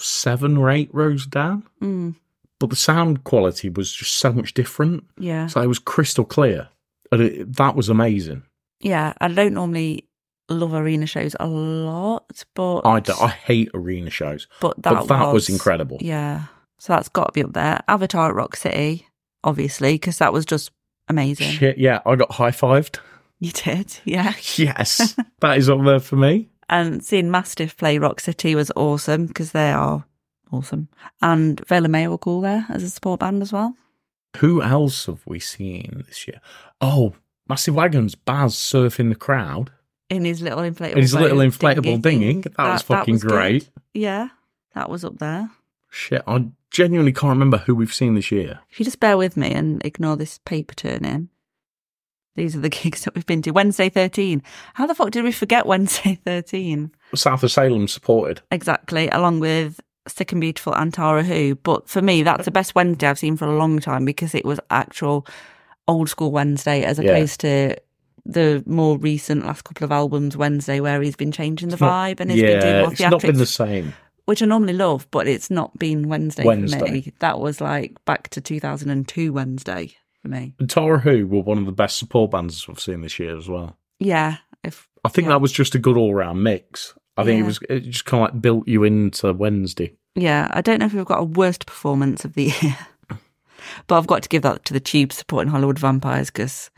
S1: seven or eight rows down.
S2: Mm,
S1: But the sound quality was just so much different.
S2: yeah.
S1: So it was crystal clear, and it, that was amazing.
S2: Yeah, I don't normally love arena shows a lot, but
S1: I, d- I hate arena shows.
S2: but that,
S1: but that was incredible.
S2: Yeah, So that's got to be up there. Avatar at Rock City, obviously, because that was just amazing.
S1: Shit, yeah, I got high fived.
S2: You did, yeah.
S1: Yes, that is up there for me.
S2: And seeing Mastiff play Rock City was awesome because they are awesome. And Vela May were cool there as a support band as well.
S1: Who else have we seen this year? Oh, Massive Wagons, Baz surfing the crowd
S2: In his little inflatable,
S1: in his little
S2: boat,
S1: inflatable dinghy. That, was fucking
S2: good.
S1: great.
S2: Yeah, that was up there.
S1: Shit, I genuinely can't remember who we've seen this year.
S2: If you just bear with me and ignore this paper turning, these are the gigs that we've been to. Wednesday 13. How the fuck did we forget Wednesday 13?
S1: South of Salem supported.
S2: Exactly, along with Sick and Beautiful and Tara Who. But for me, that's the best Wednesday I've seen for a long time because it was actual old school Wednesday as
S1: Yeah.
S2: opposed to the more recent last couple of albums Wednesday where he's been changing the
S1: It's
S2: vibe
S1: not-
S2: and he's been doing more
S1: it's not been the
S2: theatrics,
S1: same.
S2: which I normally love, but it's not been Wednesday, for
S1: Wednesday.
S2: me. That was like back to 2002 Wednesday for me.
S1: And Tara Who were one of the best support bands I've seen this year as well.
S2: Yeah, if
S1: I think
S2: Yeah.
S1: that was just a good all round mix. I think
S2: Yeah.
S1: it was it just kind of like built you into Wednesday.
S2: yeah, I don't know if we've got a worst performance of the year, but I've got to give that to the Tube supporting Hollywood Vampires because,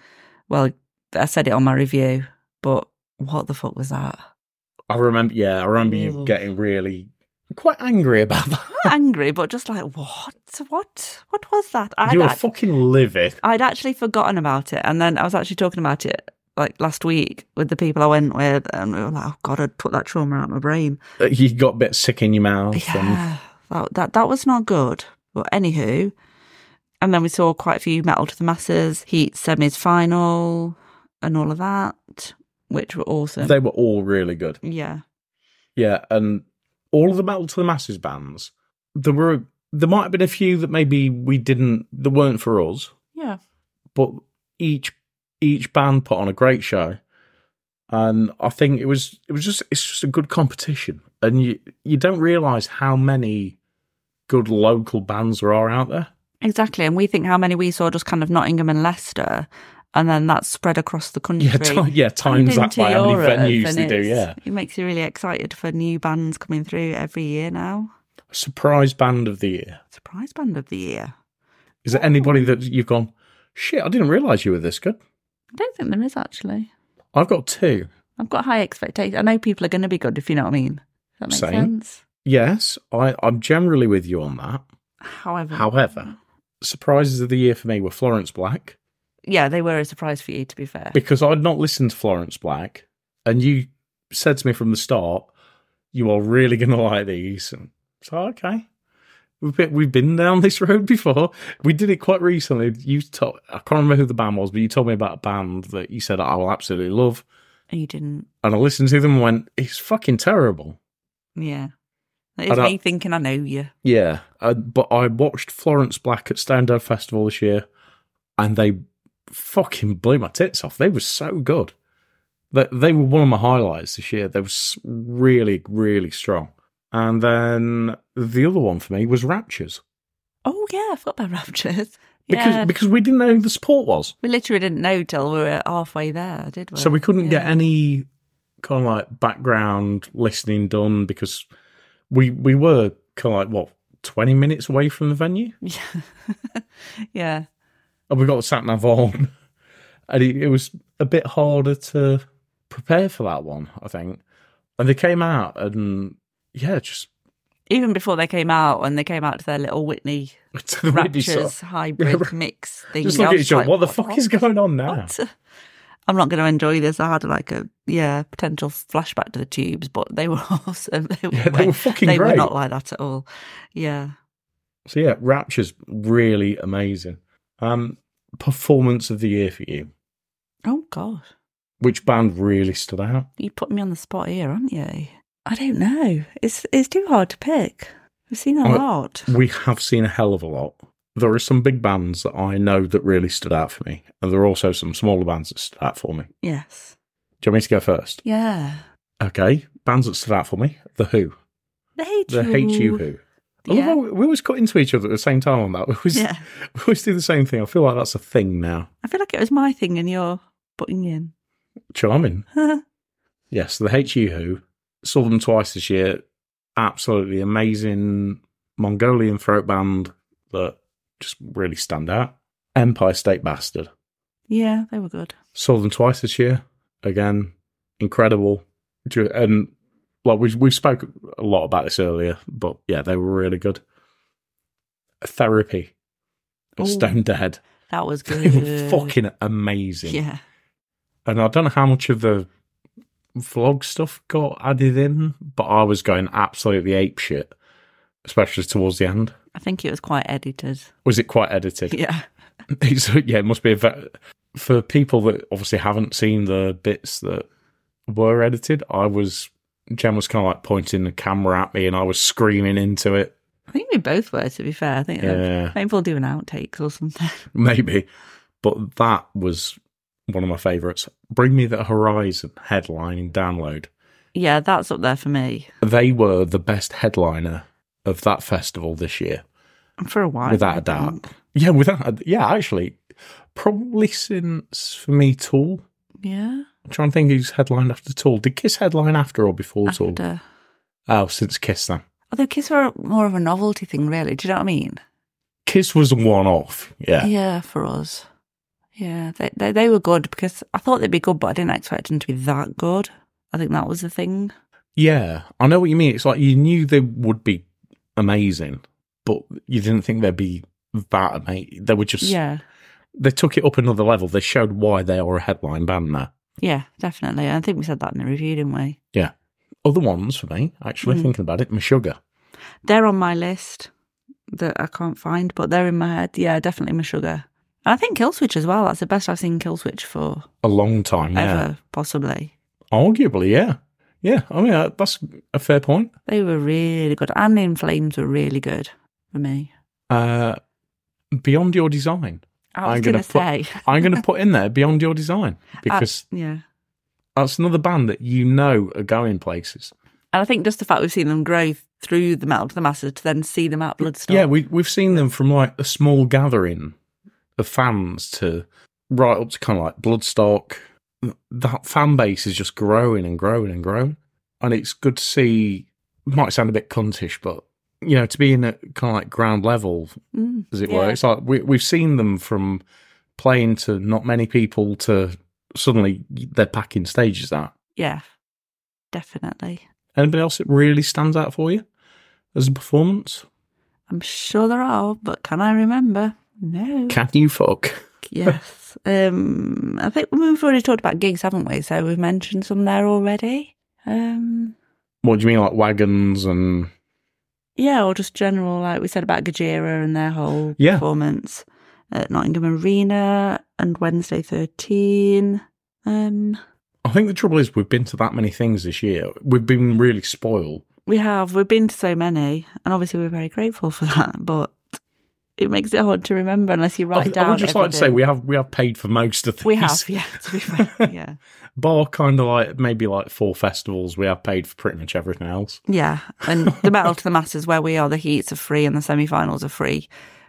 S2: well, I said it on my review, but what the fuck was that?
S1: I remember, yeah, I remember you
S2: Ooh.
S1: getting really quite angry about that.
S2: Angry, but just like what? What? What was that? I'd,
S1: you were
S2: act-
S1: fucking livid.
S2: I'd actually forgotten about it, and then I was actually talking about it like last week with the people I went with, and we were like, oh god, I put that trauma out of my brain.
S1: Uh, You got a bit sick in your mouth. And
S2: Yeah, that, that that was not good. But anywho, and then we saw quite a few Metal to the Masses, Heat semis final, and all of that, which were awesome.
S1: they were all really good.
S2: yeah,
S1: Yeah, and all of the Metal to the Masses bands, there were there might have been a few that maybe we didn't that weren't for us,
S2: yeah,
S1: but each each band put on a great show. And I think it was it was just it's just a good competition. And you you don't realise how many good local bands there are out there.
S2: exactly. And we think how many we saw just kind of Nottingham and Leicester, and then that's spread across the country.
S1: Yeah, ti- yeah, times
S2: And
S1: that by
S2: into
S1: how many
S2: Europe,
S1: venues
S2: and
S1: they do,
S2: it's-
S1: yeah.
S2: it makes you really excited for new bands coming through every year now.
S1: Surprise band of the year.
S2: Surprise band of the year.
S1: Is there anybody that you've gone, shit, I didn't realise you were this good?
S2: I don't think there is actually.
S1: I've got two.
S2: I've got high expectations. I know people are going to be good, if you know what I mean. Does that makes
S1: Same.
S2: sense.
S1: Yes, I, I'm generally with you on that.
S2: However,
S1: However, surprises of the year for me were Florence Black
S2: yeah, they were a surprise for you, to be fair.
S1: because I'd not listened to Florence Black, and you said to me from the start, "You are really going to like these." And so, okay, we've been, we've been down this road before. We did it quite recently. You told I can't remember who the band was, but you told me about a band that you said I will absolutely love,
S2: you didn't.
S1: and I listened to them and went, "It's fucking terrible."
S2: Yeah.
S1: I
S2: It's
S1: don't-
S2: me thinking I know you.
S1: Yeah, uh, but I watched Florence Black at Standard Festival this year, and they fucking blew my tits off. They were so good. They they were one of my highlights this year. They were s- really really strong. And then the other one for me was Raptures
S2: Oh, yeah, I forgot about Raptures.
S1: because
S2: Yeah.
S1: because we didn't know who the support was,
S2: we literally didn't know till we were halfway there, did we?
S1: so we couldn't get
S2: Yeah.
S1: any kind of like background listening done because we we were kind of like what twenty minutes away from the venue.
S2: Yeah. yeah.
S1: and we got the sat nav on, and it, it was a bit harder to prepare for that one, I think. And they came out, and yeah, just
S2: Even before they came out, when they came out to their little Whitney
S1: to the Whitney song.
S2: Raptures hybrid mix thing,
S1: Just
S2: I
S1: look at
S2: was
S1: each other.
S2: like,
S1: what the fuck is going on now?
S2: What? I'm not going to enjoy this. I had like a yeah potential flashback to the tubes, but they were awesome. They were,
S1: Yeah, they were fucking
S2: they were
S1: great.
S2: not like that at all. Yeah,
S1: So yeah, Rapture's really amazing. Um, performance of the year for you.
S2: Oh gosh,
S1: Which band really stood out?
S2: you put me on the spot here, aren't you? I don't know. It's it's too hard to pick. We've seen a
S1: Oh,
S2: lot.
S1: We have seen a hell of a lot. There are some big bands that I know that really stood out for me, and there are also some smaller bands that stood out for me.
S2: Yes.
S1: Do you want me to go first?
S2: Yeah.
S1: Okay, bands that stood out for me: The Who,
S2: The hate
S1: The H U Who.
S2: Yeah.
S1: Although we always cut into each other at the same time on that. We always,
S2: Yeah.
S1: we always do the same thing. I feel like that's a thing now.
S2: I feel like it was my thing, and you're butting in.
S1: Charming. Yes, The H U Who. Saw them twice this year. Absolutely amazing Mongolian throat band that just really stand out. Empire State Bastard.
S2: Yeah, they were good.
S1: Saw them twice this year. Again, incredible. Ju- And well, we we spoke a lot about this earlier, but yeah, they were really good. Therapy.
S2: Ooh.
S1: at Stone Dead.
S2: That was
S1: They
S2: good.
S1: were fucking amazing.
S2: Yeah.
S1: And I don't know how much of the vlog stuff got added in, but I was going absolutely apeshit, especially towards the end.
S2: I think it was quite edited.
S1: Was it quite edited?
S2: Yeah.
S1: It's- yeah, it must be a ve- for people that obviously haven't seen the bits that were edited. I was Jen was kind of like pointing the camera at me, and I was screaming into it.
S2: I think we both were, to be fair. I think um,
S1: Yeah.
S2: maybe we'll do an outtakes or something.
S1: Maybe, but that was one of my favourites. Bring me the horizon headline in download.
S2: yeah, that's up there for me.
S1: They were the best headliner of that festival this year,
S2: For a while.
S1: without
S2: I
S1: a doubt.
S2: think.
S1: Yeah, without yeah, actually, probably since for me Tool.
S2: Yeah.
S1: I'm trying to think who's headlined after Tool. Did Kiss headline after or before Tool?
S2: After.
S1: Oh, since Kiss then.
S2: Although Kiss were more of a novelty thing, really. Do you know what I mean?
S1: Kiss was a one off. Yeah.
S2: for us. Yeah, they, they they were good because I thought they'd be good, but I didn't expect them to be that good. I think that was the thing.
S1: Yeah. I know what you mean. It's like you knew they would be amazing, but you didn't think they'd be that amazing. They were just,
S2: Yeah,
S1: they took it up another level. They showed why they are a headline band now.
S2: yeah, definitely. I think we said that in the review, didn't we?
S1: Yeah. Other ones for me, actually,
S2: Mm-hmm.
S1: thinking about it, Meshuggah.
S2: They're on my list that I can't find, but they're in my head. Yeah, definitely my sugar. And I think Killswitch as well. That's the best I've seen Killswitch for
S1: A long time, yeah.
S2: ever, possibly.
S1: Arguably, yeah. Yeah. I mean, uh, that's a fair point.
S2: They were really good, and In Flames were really good for me.
S1: Uh, Beyond Your Design.
S2: I was
S1: I'm
S2: going
S1: gonna
S2: to
S1: put-
S2: say, Uh,
S1: I'm going to put in there Beyond Your Design because
S2: yeah.
S1: that's another band that you know are going places.
S2: And I think just the fact we've seen them grow through the metal to the masses to then see them at Bloodstock.
S1: Yeah, we we've seen them from like a small gathering of fans to right up to kind of like Bloodstock. That fan base is just growing and growing and growing, and it's good to see. Might sound a bit cuntish, but you know, to be in a kind of like ground level,
S2: Mm,
S1: as it
S2: yeah.
S1: were. It's like we we've seen them from playing to not many people to suddenly they're packing stages out.
S2: yeah, definitely.
S1: Anybody else that really stands out for you as a performance?
S2: I'm sure there are, but can I remember? No.
S1: Can you fuck?
S2: yes. Um, I think we've already talked about gigs, haven't we? So we've mentioned some there already. Um,
S1: What do you mean, like wagons and
S2: yeah, or just general, like we said about Gajira and their whole
S1: Yeah.
S2: performance at Nottingham Arena and Wednesday 13. Um,
S1: I think the trouble is we've been to that many things this year. We've been really spoiled.
S2: We have. We've been to so many, and obviously we're very grateful for that. But it makes it hard to remember unless you
S1: I,
S2: write
S1: I
S2: down.
S1: would just like to say
S2: everything.
S1: we have we have paid for most of things.
S2: we have, yeah. To be fair, yeah,
S1: Bar kind of like maybe like four festivals. We have paid for pretty much everything else.
S2: yeah. And the battle to the masses, where we are, the heats are free, and the semi-finals are free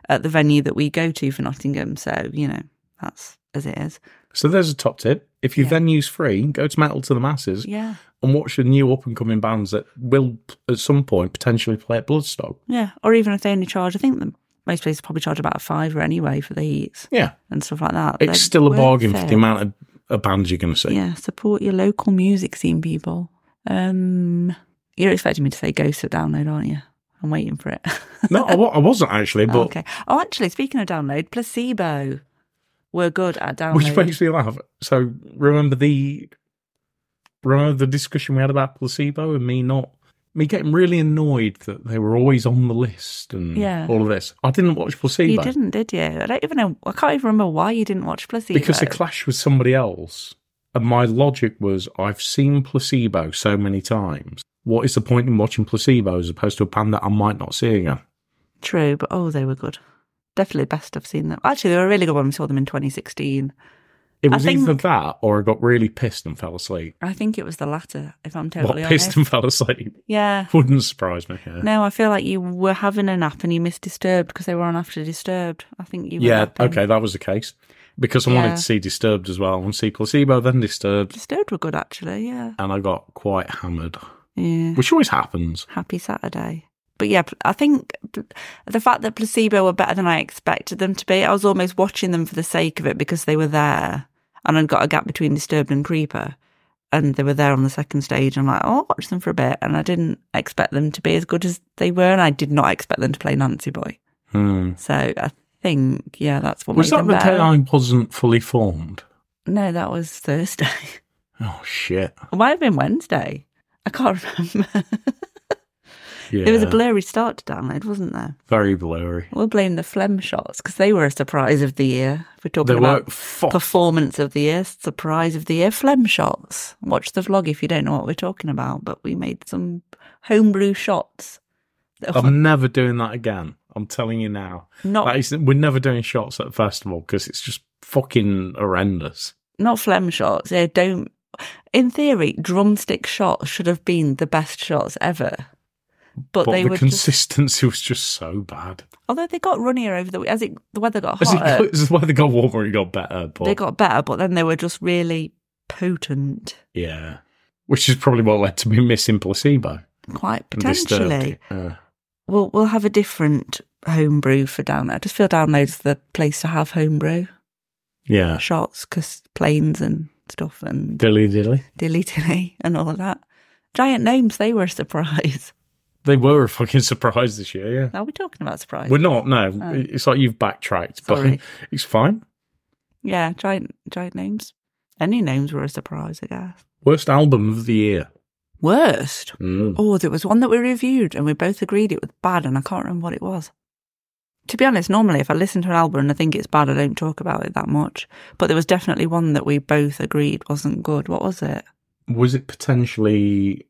S2: at the venue that we go to for Nottingham. So you know that's as it is.
S1: So there's a top tip. If your
S2: Yeah.
S1: venue's free, go to Metal to the Masses
S2: Yeah,
S1: and watch the new up and coming bands that will at some point potentially play at Bloodstock.
S2: yeah. Or even if they only charge, I think the, most places probably charge about a fiver anyway for the heats
S1: Yeah,
S2: and stuff like that. They're
S1: it's still a
S2: worth
S1: bargain for
S2: it.
S1: the amount of, of bands you're going to see.
S2: Yeah, support your local music scene, people. Um, you're expecting me to say Ghost at Download, aren't you? I'm waiting for it.
S1: No, I, wa- I wasn't actually, but
S2: okay. Oh, actually, speaking of Download, Placebo were good at
S1: Which
S2: Download.
S1: makes me laugh. So remember the remember the discussion we had about placebo and me not me getting really annoyed that they were always on the list and
S2: Yeah.
S1: all of this. I didn't watch placebo
S2: you didn't, did you? I don't even know. I can't even remember why you didn't watch Placebo.
S1: because they clashed with somebody else. And my logic was I've seen placebo so many times. What is the point in watching placebo as opposed to a band that I might not see again?
S2: True, but oh, they were good. Definitely best I've seen them. Actually, they were really good when we saw them in 2016.
S1: It
S2: I
S1: was
S2: think-
S1: either that or I got really pissed and fell asleep.
S2: I think it was the latter, if I'm totally
S1: what
S2: honest.
S1: pissed and fell asleep
S2: yeah.
S1: wouldn't surprise me. Yeah.
S2: No, I feel like you were having a nap and you missed Disturbed because they were on after Disturbed. I think you were
S1: Yeah,
S2: napping.
S1: okay, that was the case. Because I
S2: Yeah.
S1: wanted to see Disturbed as well. I wanted to see Placebo, E, then Disturbed,
S2: Disturbed were good actually, yeah.
S1: and I got quite hammered,
S2: Yeah.
S1: which always happens.
S2: Happy Saturday. But yeah, I think the fact that placebo were better than I expected them to be, I was almost watching them for the sake of it because they were there and I'd got a gap between Disturbed and Creeper. And they were there on the second stage. I'm like, oh, I'll watch them for a bit. And I didn't expect them to be as good as they were. And I did not expect them to play Nancy Boy.
S1: Hmm.
S2: So I think, yeah, that's what
S1: Was
S2: made
S1: that
S2: them
S1: the
S2: better.
S1: day I wasn't fully formed?
S2: No, that was Thursday.
S1: Oh shit!
S2: It might have been Wednesday. I can't remember.
S1: Yeah,
S2: There was a blurry start to download, wasn't there?
S1: very blurry.
S2: We'll blame the phlegm shots because they were a surprise of the year. If we're
S1: They
S2: talking
S1: were
S2: about
S1: fuck.
S2: performance of the year, surprise of the year, phlegm shots. Watch the vlog if you don't know what we're talking about, but we made some homebrew shots. that were
S1: I'm never doing that again. I'm telling you now.
S2: not
S1: That is, we're never doing shots at the festival because it's just fucking horrendous.
S2: not phlegm shots. They don't. In theory, drumstick shots should have been the best shots ever, but,
S1: But,
S2: they
S1: the
S2: were. just,
S1: consistency was just so bad.
S2: although they got runnier over the as it, the weather got
S1: As it,
S2: hotter,
S1: this is why they got warmer, it got better. But
S2: they got better. But then they were just really potent,
S1: yeah, which is probably what led to me missing placebo.
S2: quite
S1: and Disturbed. Uh,
S2: potentially.
S1: Yeah.
S2: We'll we'll have a different homebrew for download. I just feel downloads the place to have homebrew
S1: yeah,
S2: shots because planes and stuff and
S1: dilly dilly.
S2: dilly dilly and all of that. Giant gnomes, they were a surprise.
S1: They were a fucking surprise this year. Yeah,
S2: Are we talking about surprise?
S1: we're not. No,
S2: Oh.
S1: it's like you've backtracked,
S2: Sorry.
S1: but it's fine.
S2: Yeah, giant giant names. Any names were a surprise, I guess.
S1: Worst album of the year.
S2: Worst.
S1: Mm.
S2: Oh, there was one that we reviewed and we both agreed it was bad and I can't remember what it was. To be honest, normally if I listen to an album and I think it's bad, I don't talk about it that much. But there was definitely one that we both agreed wasn't good. What was it?
S1: Was it potentially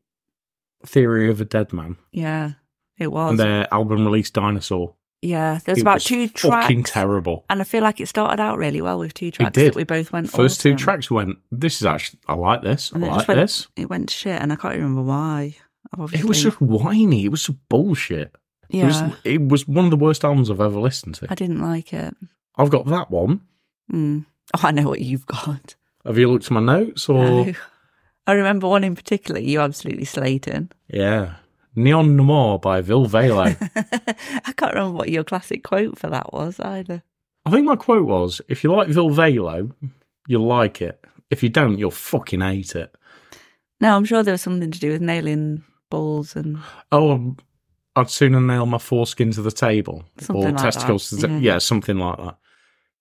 S1: Theory of a Dead Man
S2: Yeah, it was.
S1: and their album release Dinosaur?
S2: yeah, there was
S1: It
S2: about two
S1: Fucking
S2: tracks.
S1: terrible.
S2: And I feel like it started out really well with two tracks
S1: did.
S2: that we both went
S1: First two
S2: awesome.
S1: tracks went. This is actually. I like this. I
S2: And it
S1: like
S2: just went-
S1: this.
S2: It went to shit and I can't remember why. I've
S1: It
S2: Obviously,
S1: was just whiny. It was just bullshit.
S2: yeah,
S1: It was. It was one of the worst albums I've ever listened to.
S2: I didn't like it.
S1: I've got that one.
S2: Mm. Oh, I know what you've got.
S1: Have you looked at my notes or?
S2: No. I remember one in particular you absolutely slated.
S1: Yeah. Neon Noir by Vil Valo.
S2: I can't remember what your classic quote for that was either.
S1: I think my quote was if you like Vil Valo, you'll like it. If you don't, you'll fucking hate it.
S2: No, I'm sure there was something to do with nailing balls and
S1: Oh, um, I'd sooner nail my foreskin to the table
S2: Something
S1: or
S2: like that.
S1: testicles to the
S2: Yeah.
S1: yeah, something like that.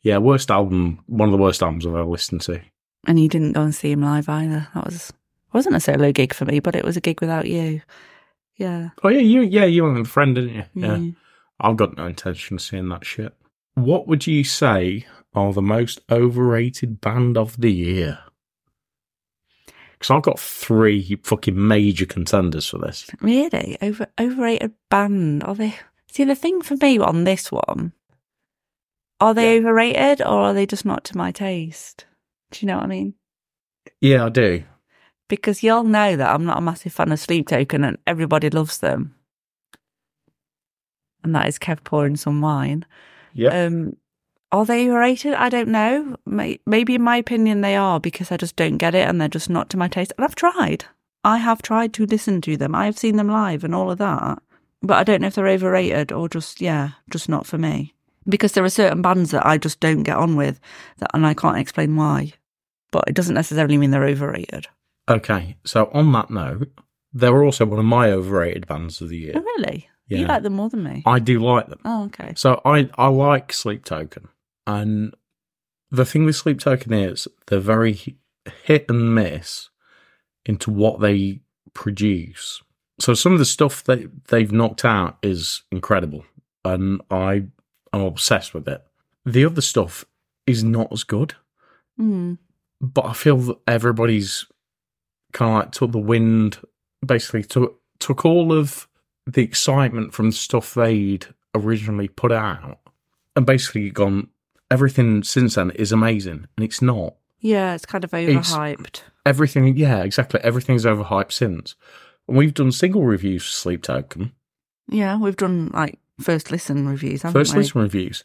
S1: Yeah, worst album, one of the worst albums I've ever listened to.
S2: and you didn't go and see him live either. That was wasn't a solo gig for me, but it was a gig without you. Yeah.
S1: Oh yeah, you yeah you went with a friend, didn't you? Yeah.
S2: Mm.
S1: I've got no intention of seeing that shit. What would you say are the most overrated band of the year? Because I've got three fucking major contenders for this.
S2: Really? Over overrated band. Are they see the thing for me on this one? Are they overrated or are they just not to my taste? Do you know what I mean?
S1: Yeah, I do.
S2: because you'll know that I'm not a massive fan of Sleep Token and everybody loves them. And that is Kev pouring some wine.
S1: Yeah.
S2: Um, are they overrated? I don't know. May- Maybe in my opinion they are because I just don't get it and they're just not to my taste. And I've tried. I have tried to listen to them. I have seen them live and all of that. But I don't know if they're overrated or just, yeah, just not for me. Because there are certain bands that I just don't get on with that, and I can't explain why. But it doesn't necessarily mean they're overrated.
S1: Uh, Okay, so on that note, they were also one of my overrated bands of the year.
S2: Oh, really? You
S1: Yeah.
S2: like them more than me?
S1: I do like them.
S2: Oh, okay.
S1: So I I like Sleep Token, and the thing with Sleep Token is they're very hit and miss into what they produce. So some of the stuff that they've knocked out is incredible, and I am obsessed with it. The other stuff is not as good,
S2: Mm.
S1: but I feel that everybody's kind of like took the wind, basically took took all of the excitement from stuff they'd originally put out, and basically gone. Everything since then is amazing, and it's not.
S2: Yeah, it's kind of overhyped.
S1: Everything, yeah, exactly. Everything's overhyped since, and we've done single reviews for Sleep Token,
S2: Yeah, we've done like first listen reviews, haven't
S1: first
S2: we?
S1: listen reviews,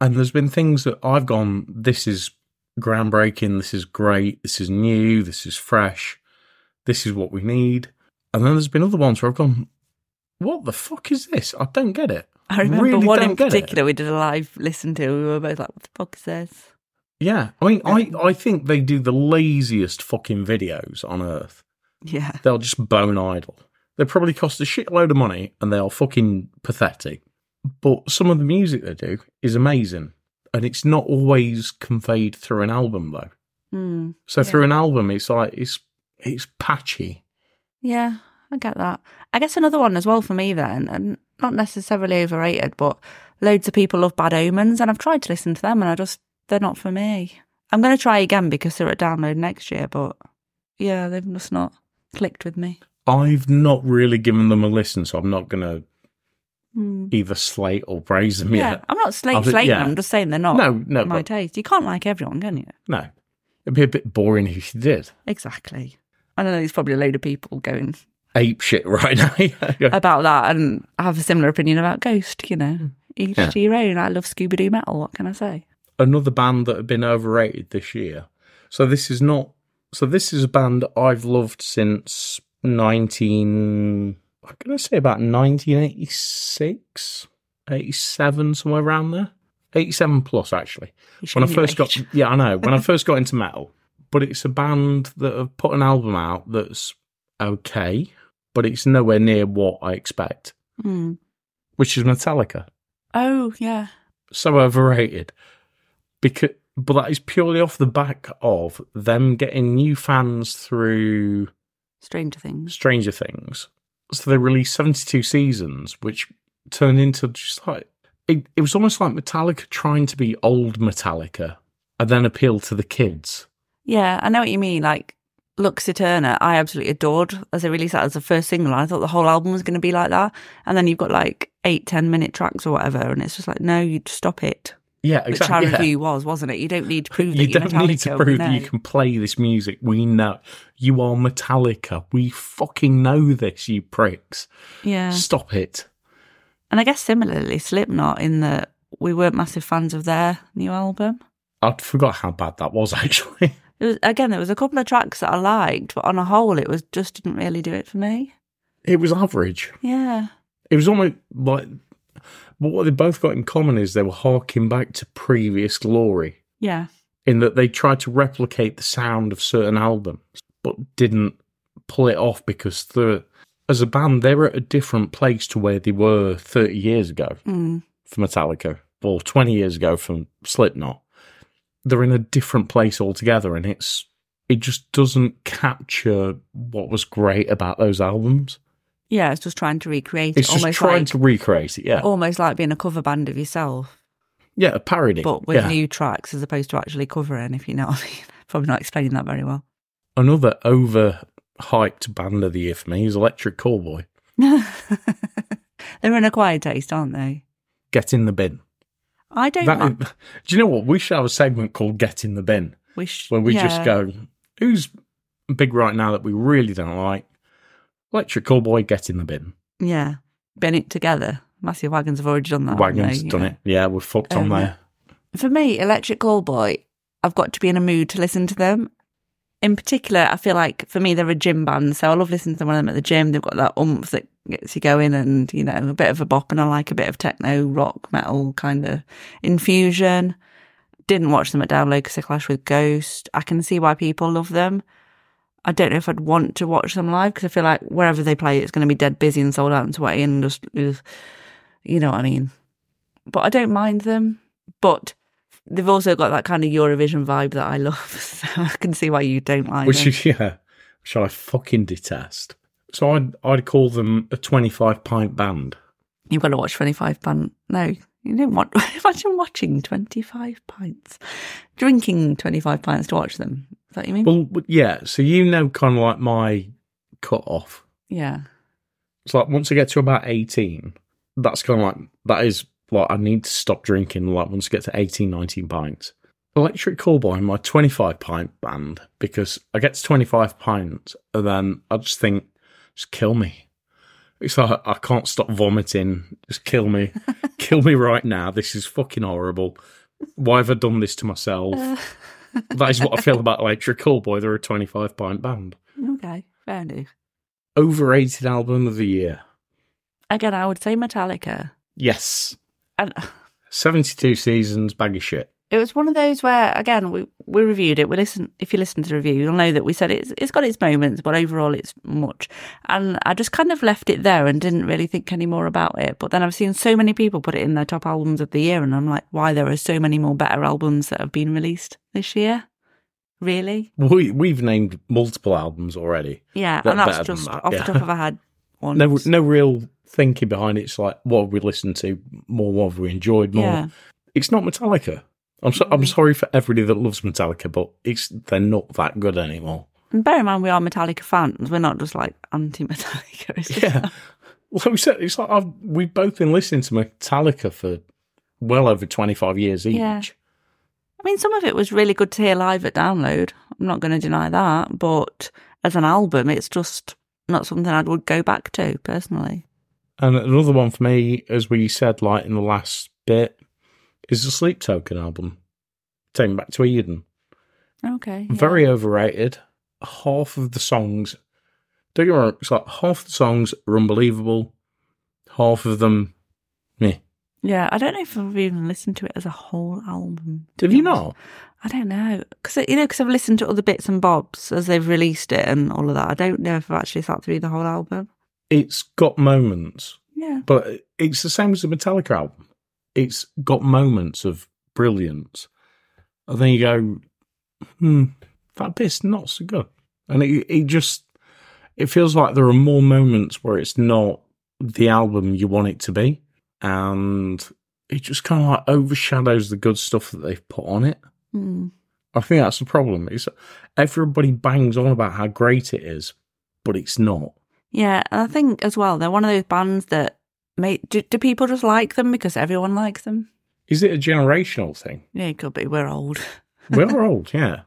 S1: and there's been things that I've gone. This is groundbreaking. This is great. This is new. This is fresh. This is what we need. And then there's been other ones where I've gone, what the fuck is this? I don't get it.
S2: I remember
S1: Really
S2: one
S1: don't
S2: in
S1: get it.
S2: particular we did a live listen to. We were both like, what the fuck is this?
S1: Yeah, I mean, I,
S2: Um,
S1: I think they do the laziest fucking videos on earth.
S2: Yeah.
S1: They'll just bone idle. They probably cost a shitload of money and they are fucking pathetic. But some of the music they do is amazing. And it's not always conveyed through an album, though.
S2: Hmm.
S1: So through an album, it's like, it's it's patchy.
S2: Yeah, I get that. I guess another one as well for me then, and not necessarily overrated, but loads of people love Bad Omens, and I've tried to listen to them, and I just they're not for me. I'm going to try again because they're at download next year, but yeah, they've just not clicked with me.
S1: I've not really given them a listen, so I'm not going to
S2: Hmm.
S1: either slate or praise them
S2: Yeah.
S1: yet.
S2: I'm not
S1: I
S2: slate
S1: think-
S2: slating
S1: yeah.
S2: them. I'm just saying they're not
S1: No, no,
S2: my
S1: but-
S2: taste. You can't like everyone, can you?
S1: No. It'd be a bit boring if you did.
S2: Exactly. I know there's probably a load of people going
S1: Ape shit right now.
S2: about that and have a similar opinion about Ghost, you know. Each
S1: Hmm. Yeah.
S2: to your own. I love Scooby Doo metal. What can I say?
S1: another band that have been overrated this year. So this is not. So this is a band I've loved since nineteen. I'm gonna say about 1986, 87, somewhere around there. 87 plus actually.
S2: You
S1: When I
S2: showing your
S1: first got,
S2: age.
S1: yeah, I know. When I first got into metal, but it's a band that have put an album out that's okay, but it's nowhere near what I expect,
S2: Hmm.
S1: which is Metallica.
S2: Oh yeah,
S1: so overrated because but that is purely off the back of them getting new fans through
S2: Stranger Things.
S1: Stranger Things. So they released 72 seasons, which turned into just like it, it was almost like Metallica trying to be old Metallica and then appeal to the kids.
S2: Yeah, I know what you mean. Like Lux Eterna, I absolutely adored as they released that as the first single. and I thought the whole album was going to be like that, and then you've got like eight, ten minute tracks or whatever, and it's just like, no, you stop it.
S1: Yeah,
S2: Which
S1: exactly.
S2: our
S1: yeah.
S2: review was, wasn't it? You don't need to prove that
S1: You
S2: you're
S1: don't
S2: Metallica.
S1: need to prove that you
S2: no.
S1: can play this music. We know you are Metallica. We fucking know this, you pricks.
S2: Yeah,
S1: Stop it.
S2: and I guess similarly, Slipknot in that we weren't massive fans of their new album.
S1: I forgot how bad that was actually.
S2: It was again, there was a couple of tracks that I liked, but on a whole, it was just didn't really do it for me.
S1: It was average.
S2: Yeah.
S1: It was almost like. But what they both got in common is they were harking back to previous glory
S2: Yeah.
S1: in that they tried to replicate the sound of certain albums, but didn't pull it off because the as a band they're at a different place to where they were 30 years ago
S2: Mm.
S1: for Metallica or 20 years ago from Slipknot. They're in a different place altogether, and it's it just doesn't capture what was great about those albums.
S2: Yeah, it's just trying to recreate
S1: It's
S2: it,
S1: just
S2: almost
S1: trying
S2: like Oh.
S1: to recreate it. Yeah,
S2: almost like being a cover band of yourself,
S1: yeah, a parody,
S2: but with
S1: yeah.
S2: new tracks as opposed to actually covering. If you know what I mean, probably not explaining that very well.
S1: another overhyped band of the year for me is Electric Callboy.
S2: They're an acquired taste, aren't they?
S1: Get in the bin.
S2: I don't
S1: That-
S2: like,
S1: do you know what? We should have a segment called Get in the Bin
S2: wish
S1: where we
S2: yeah.
S1: just go, who's big right now that we really don't like? Electric Callboy, Get in the Bin.
S2: yeah, bin it together. Massive wagons have already done that. haven't
S1: Wagons
S2: they?
S1: done
S2: Yeah.
S1: it. Yeah, we're fucked on
S2: Um,
S1: there.
S2: For me, Electric Callboy, I've got to be in a mood to listen to them. In particular, I feel like for me they're a gym band, so I love listening to one of them at the gym. They've got that oomph that gets you going, and you know a bit of a bop, and I like a bit of techno, rock, metal kind of infusion. Didn't watch them at Download because they clash with Ghost. I can see why people love them. I don't know if I'd want to watch them live because I feel like wherever they play, it's going to be dead busy and sold out and sweaty, and just ugh, you know what I mean. But I don't mind them. But they've also got that kind of Eurovision vibe that I love. So I can see why you don't like
S1: Which
S2: them.
S1: is, yeah, which I fucking detest. So I'd, I'd call them a 25 pint band.
S2: You've got to watch 25 pint. No, you don't want. Imagine watching 25 pints, drinking 25 pints to watch them. Is that what you mean?
S1: Well, w- yeah, so you know kind of like my cut off.
S2: yeah.
S1: It's like once I get to about 18, that's kind of like, that is like, I need to stop drinking. Like once I get to 18, 19 pints. Electric Callboy, my 25 pint band, because I get to 25 pints and then I just think, just kill me. It's like, I can't stop vomiting. Just kill me. kill me right now. This is fucking horrible. Why have I done this to myself? that is what I feel about Electric Callboy. They're a 25 pint band.
S2: Okay. Fair enough.
S1: Overrated album of the year.
S2: Again, I would say Metallica.
S1: Yes.
S2: And
S1: 72 seasons, bag of shit.
S2: it was one of those where, again, we, we reviewed it. We listen if you listen to the review, you'll know that we said it's it's got its moments, but overall it's much. And I just kind of left it there and didn't really think any more about it. But then I've seen so many people put it in their top albums of the year, and I'm like, why there are so many more better albums that have been released this year? Really?
S1: We, we've named multiple albums already.
S2: Yeah,
S1: Lot
S2: and that's
S1: better than
S2: just
S1: that,
S2: off
S1: yeah.
S2: the top of our head. Once.
S1: No, no real thinking behind it. It's like, what have we listened to more? What have we enjoyed more?
S2: yeah, Mm.
S1: It's not Metallica. I'm, so, I'm sorry for everybody that loves Metallica, but it's they're not that good anymore.
S2: and bear in mind we are Metallica fans. We're not just like anti-Metallica. It's just-
S1: Yeah. Like we said, it's like I've, we've both been listening to Metallica for well over 25 years each.
S2: Yeah. I mean, some of it was really good to hear live at download. I'm not going to deny that, but as an album, it's just not something I would go back to personally.
S1: And another one for me, as we said, like in the last bit, is the Sleep Token album. Take me back to Eden.
S2: Okay.
S1: Very overrated. Half of the songs, don't get me wrong, it's like half the songs are unbelievable. Half of them, meh.
S2: Yeah, I don't know if I've even listened to it as a whole album. to
S1: Have
S2: be
S1: you
S2: honest.
S1: not?
S2: I don't know because you know because I've listened to other bits and bobs as they've released it and all of that. I don't know if I've actually sat through the whole album.
S1: It's got moments,
S2: Yeah.
S1: but it's the same as the Metallica album. It's got moments of brilliance. And then you go, hmm, that bit's not so good. And it, it just, it feels like there are more moments where it's not the album you want it to be. And it just kind of like overshadows the good stuff that they've put on it.
S2: Hmm.
S1: I think that's the problem. It's everybody bangs on about how great it is, but it's not.
S2: Yeah, and I think as well they're one of those bands that make do, do people just like them because everyone likes them?
S1: Is it a generational thing?
S2: Yeah, it could be. We're old.
S1: We're old, yeah.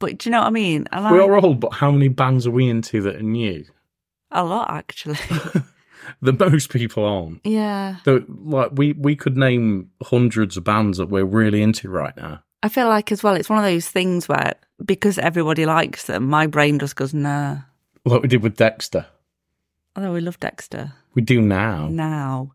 S2: But do you know what I mean? I
S1: We
S2: like
S1: are old, but how many bands are we into that are new?
S2: a lot actually.
S1: That most people aren't.
S2: yeah.
S1: That like we we could name hundreds of bands that we're really into right now.
S2: I feel like as well it's one of those things where because everybody likes them, my brain just goes, nah.
S1: Like we did with Dexter.
S2: Although we love Dexter
S1: We do now.
S2: now.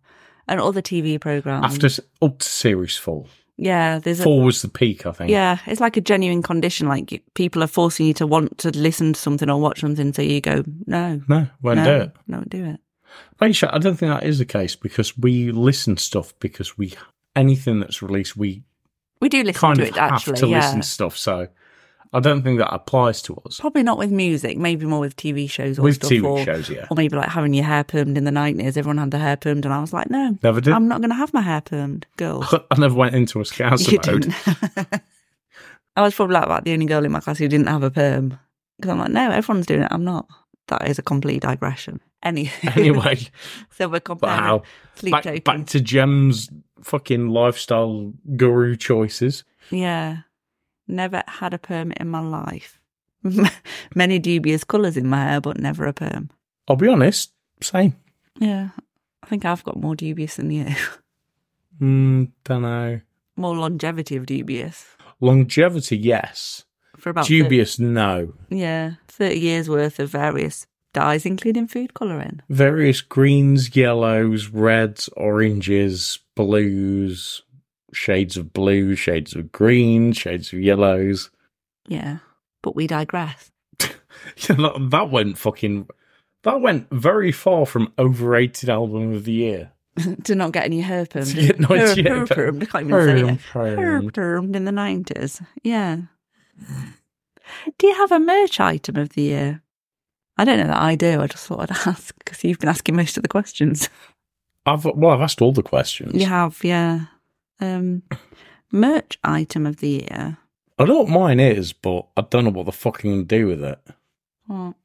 S2: And other TV programmes.
S1: Oh. After s- up to series four,
S2: yeah, there's a
S1: four was the peak, I think.
S2: yeah, it's like a genuine condition. Like you- people are forcing you to want to listen to something or watch something, so you go, no,
S1: No, won't
S2: no,
S1: do it.
S2: no, do it.
S1: Actually, I don't think that is the case because we listen to stuff because we anything that's released we
S2: We do listen
S1: kind
S2: to
S1: of
S2: it
S1: have
S2: actually.
S1: to
S2: yeah,
S1: listen to stuff. So I don't think that applies to us
S2: probably not with music. Maybe more with TV shows or
S1: with
S2: stuff
S1: TV
S2: or
S1: shows. Yeah,
S2: Or maybe like having your hair permed in the 90s. Everyone had their hair permed, and I was like, no,
S1: never did.
S2: I'm not going to have my hair permed, girl.
S1: I never went into a scouser
S2: you
S1: mode.
S2: didn't. I was probably like, about the only girl in my class who didn't have a perm. Because I'm like, no, everyone's doing it. I'm not. That is a complete digression. Any-
S1: Anyway,
S2: so we're comparing
S1: wow.
S2: sleep
S1: Back,
S2: token.
S1: back to Jem's fucking lifestyle guru choices.
S2: Yeah. Never had a perm in my life. Many dubious colours in my hair, but never a perm.
S1: I'll be honest, same.
S2: Yeah. I think I've got more dubious than you.
S1: Mm, don't know.
S2: more longevity of dubious.
S1: Longevity, yes.
S2: For about thirty-
S1: Dubious, no.
S2: Yeah, 30 years worth of various dyes, including food colouring.
S1: Various greens, yellows, reds, oranges, blues, shades of blue, shades of green, shades of yellows.
S2: Yeah, but we digress.
S1: Yeah, that that went fucking. That went very far from overrated album of the year.
S2: to not get any hair permed.
S1: To get no
S2: Hair-
S1: idea
S2: hair
S1: about-
S2: permed, I can't even say it.
S1: Permed,
S2: Hair
S1: permed.
S2: permed in the 90s. Yeah. Do you have a merch item of the year? I don't know that I do. I just thought I'd ask because you've been asking most of the questions.
S1: I've well, I've asked all the questions.
S2: You have, yeah. Um, merch item of the year.
S1: I know what mine is, but I don't know what the fuck I'm gonna do with it.
S2: What?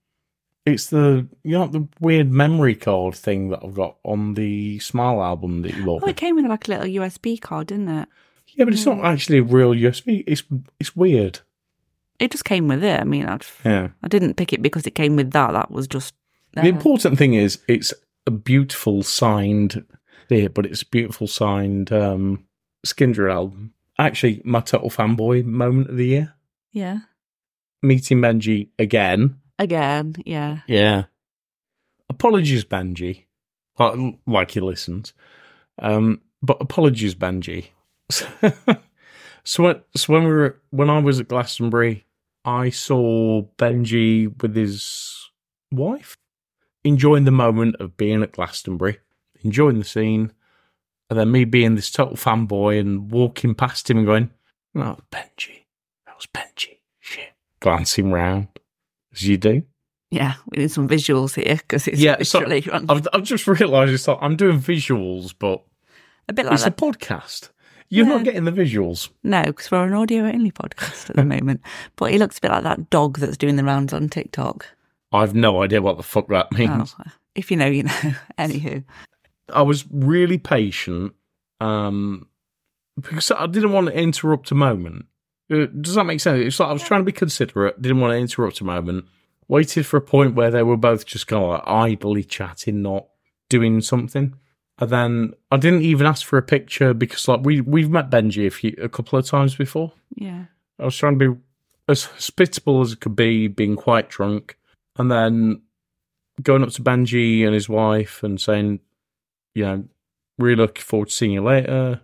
S1: It's the you know the weird memory card thing that I've got on the Smile album that you bought.
S2: Oh, it came with like a little USB card, didn't it?
S1: yeah, but it's not actually a real USB. It's it's weird.
S2: It just came with it. I mean, I'd
S1: Yeah.
S2: I didn't pick it because it came with that. That was just.
S1: The
S2: there.
S1: important thing is it's a beautiful signed yeah, but it's a beautiful signed um Skindra album. Actually, my total fanboy moment of the year.
S2: yeah.
S1: Meeting Benji again.
S2: Again, yeah.
S1: Yeah. Apologies, Benji. like, like he listens. Um, but apologies, Benji. so, when- so when we were when I was at Glastonbury, I saw Benji with his wife enjoying the moment of being at Glastonbury, enjoying the scene, and then me being this total fanboy and walking past him and going, "Oh, Benji, that was Benji." Shit, glancing round as you do.
S2: Yeah, we need some visuals here because it's
S1: Yeah, so- um,
S2: literally on-
S1: I've, I've just realised it's like I'm doing visuals, but
S2: a bit like
S1: it's a
S2: that.
S1: podcast. You're not
S2: Yeah.
S1: getting the visuals.
S2: No, because we're an audio only podcast at the moment. But he looks a bit like that dog that's doing the rounds on TikTok.
S1: I've no idea what the fuck that
S2: Oh,
S1: means.
S2: if you know, you know. Anywho,
S1: I was really patient um, because I didn't want to interrupt a moment. Uh, Does that make sense? It's like I was trying to be considerate, didn't want to interrupt a moment. Waited for a point where they were both just kind of like idly chatting, not doing something. And then I didn't even ask for a picture because like we we've met Benji a few a couple of times before.
S2: yeah.
S1: I was trying to be as hospitable as it could be, being quite drunk, and then going up to Benji and his wife and saying, you know, really looking forward to seeing you later.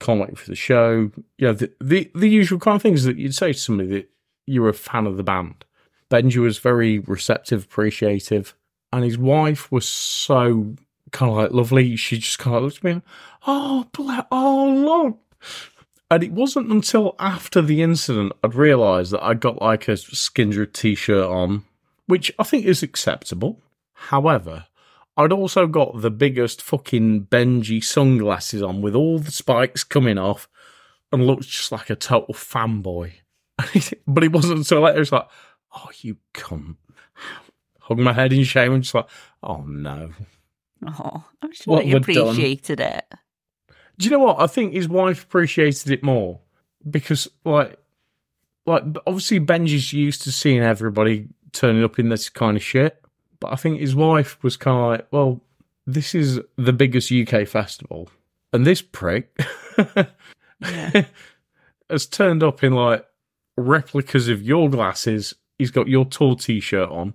S1: Can't wait for the show. You know, the, the, the usual kind of things that you'd say to somebody that you were a fan of the band. Benji was very receptive, appreciative, and his wife was so kind of like lovely. She just kind of looked at me and, oh, ble- oh, Lord, and it wasn't until after the incident I'd realised that I got like a Skindred t shirt on, which I think is acceptable. However, I'd also got the biggest fucking Benji sunglasses on with all the spikes coming off and looked just like a total fanboy. but it wasn't until later, it's like, oh, you cunt. Hung my head in shame and just like, oh no.
S2: Oh, I'm sure
S1: What
S2: he
S1: we've done.
S2: appreciated it.
S1: Do you know what? I think his wife appreciated it more because, like, like obviously Benji's used to seeing everybody turning up in this kind of shit, but I think his wife was kind of like, well, this is the biggest UK festival, and this prick
S2: Yeah.
S1: has turned up in like replicas of your glasses. He's got your tour T-shirt on,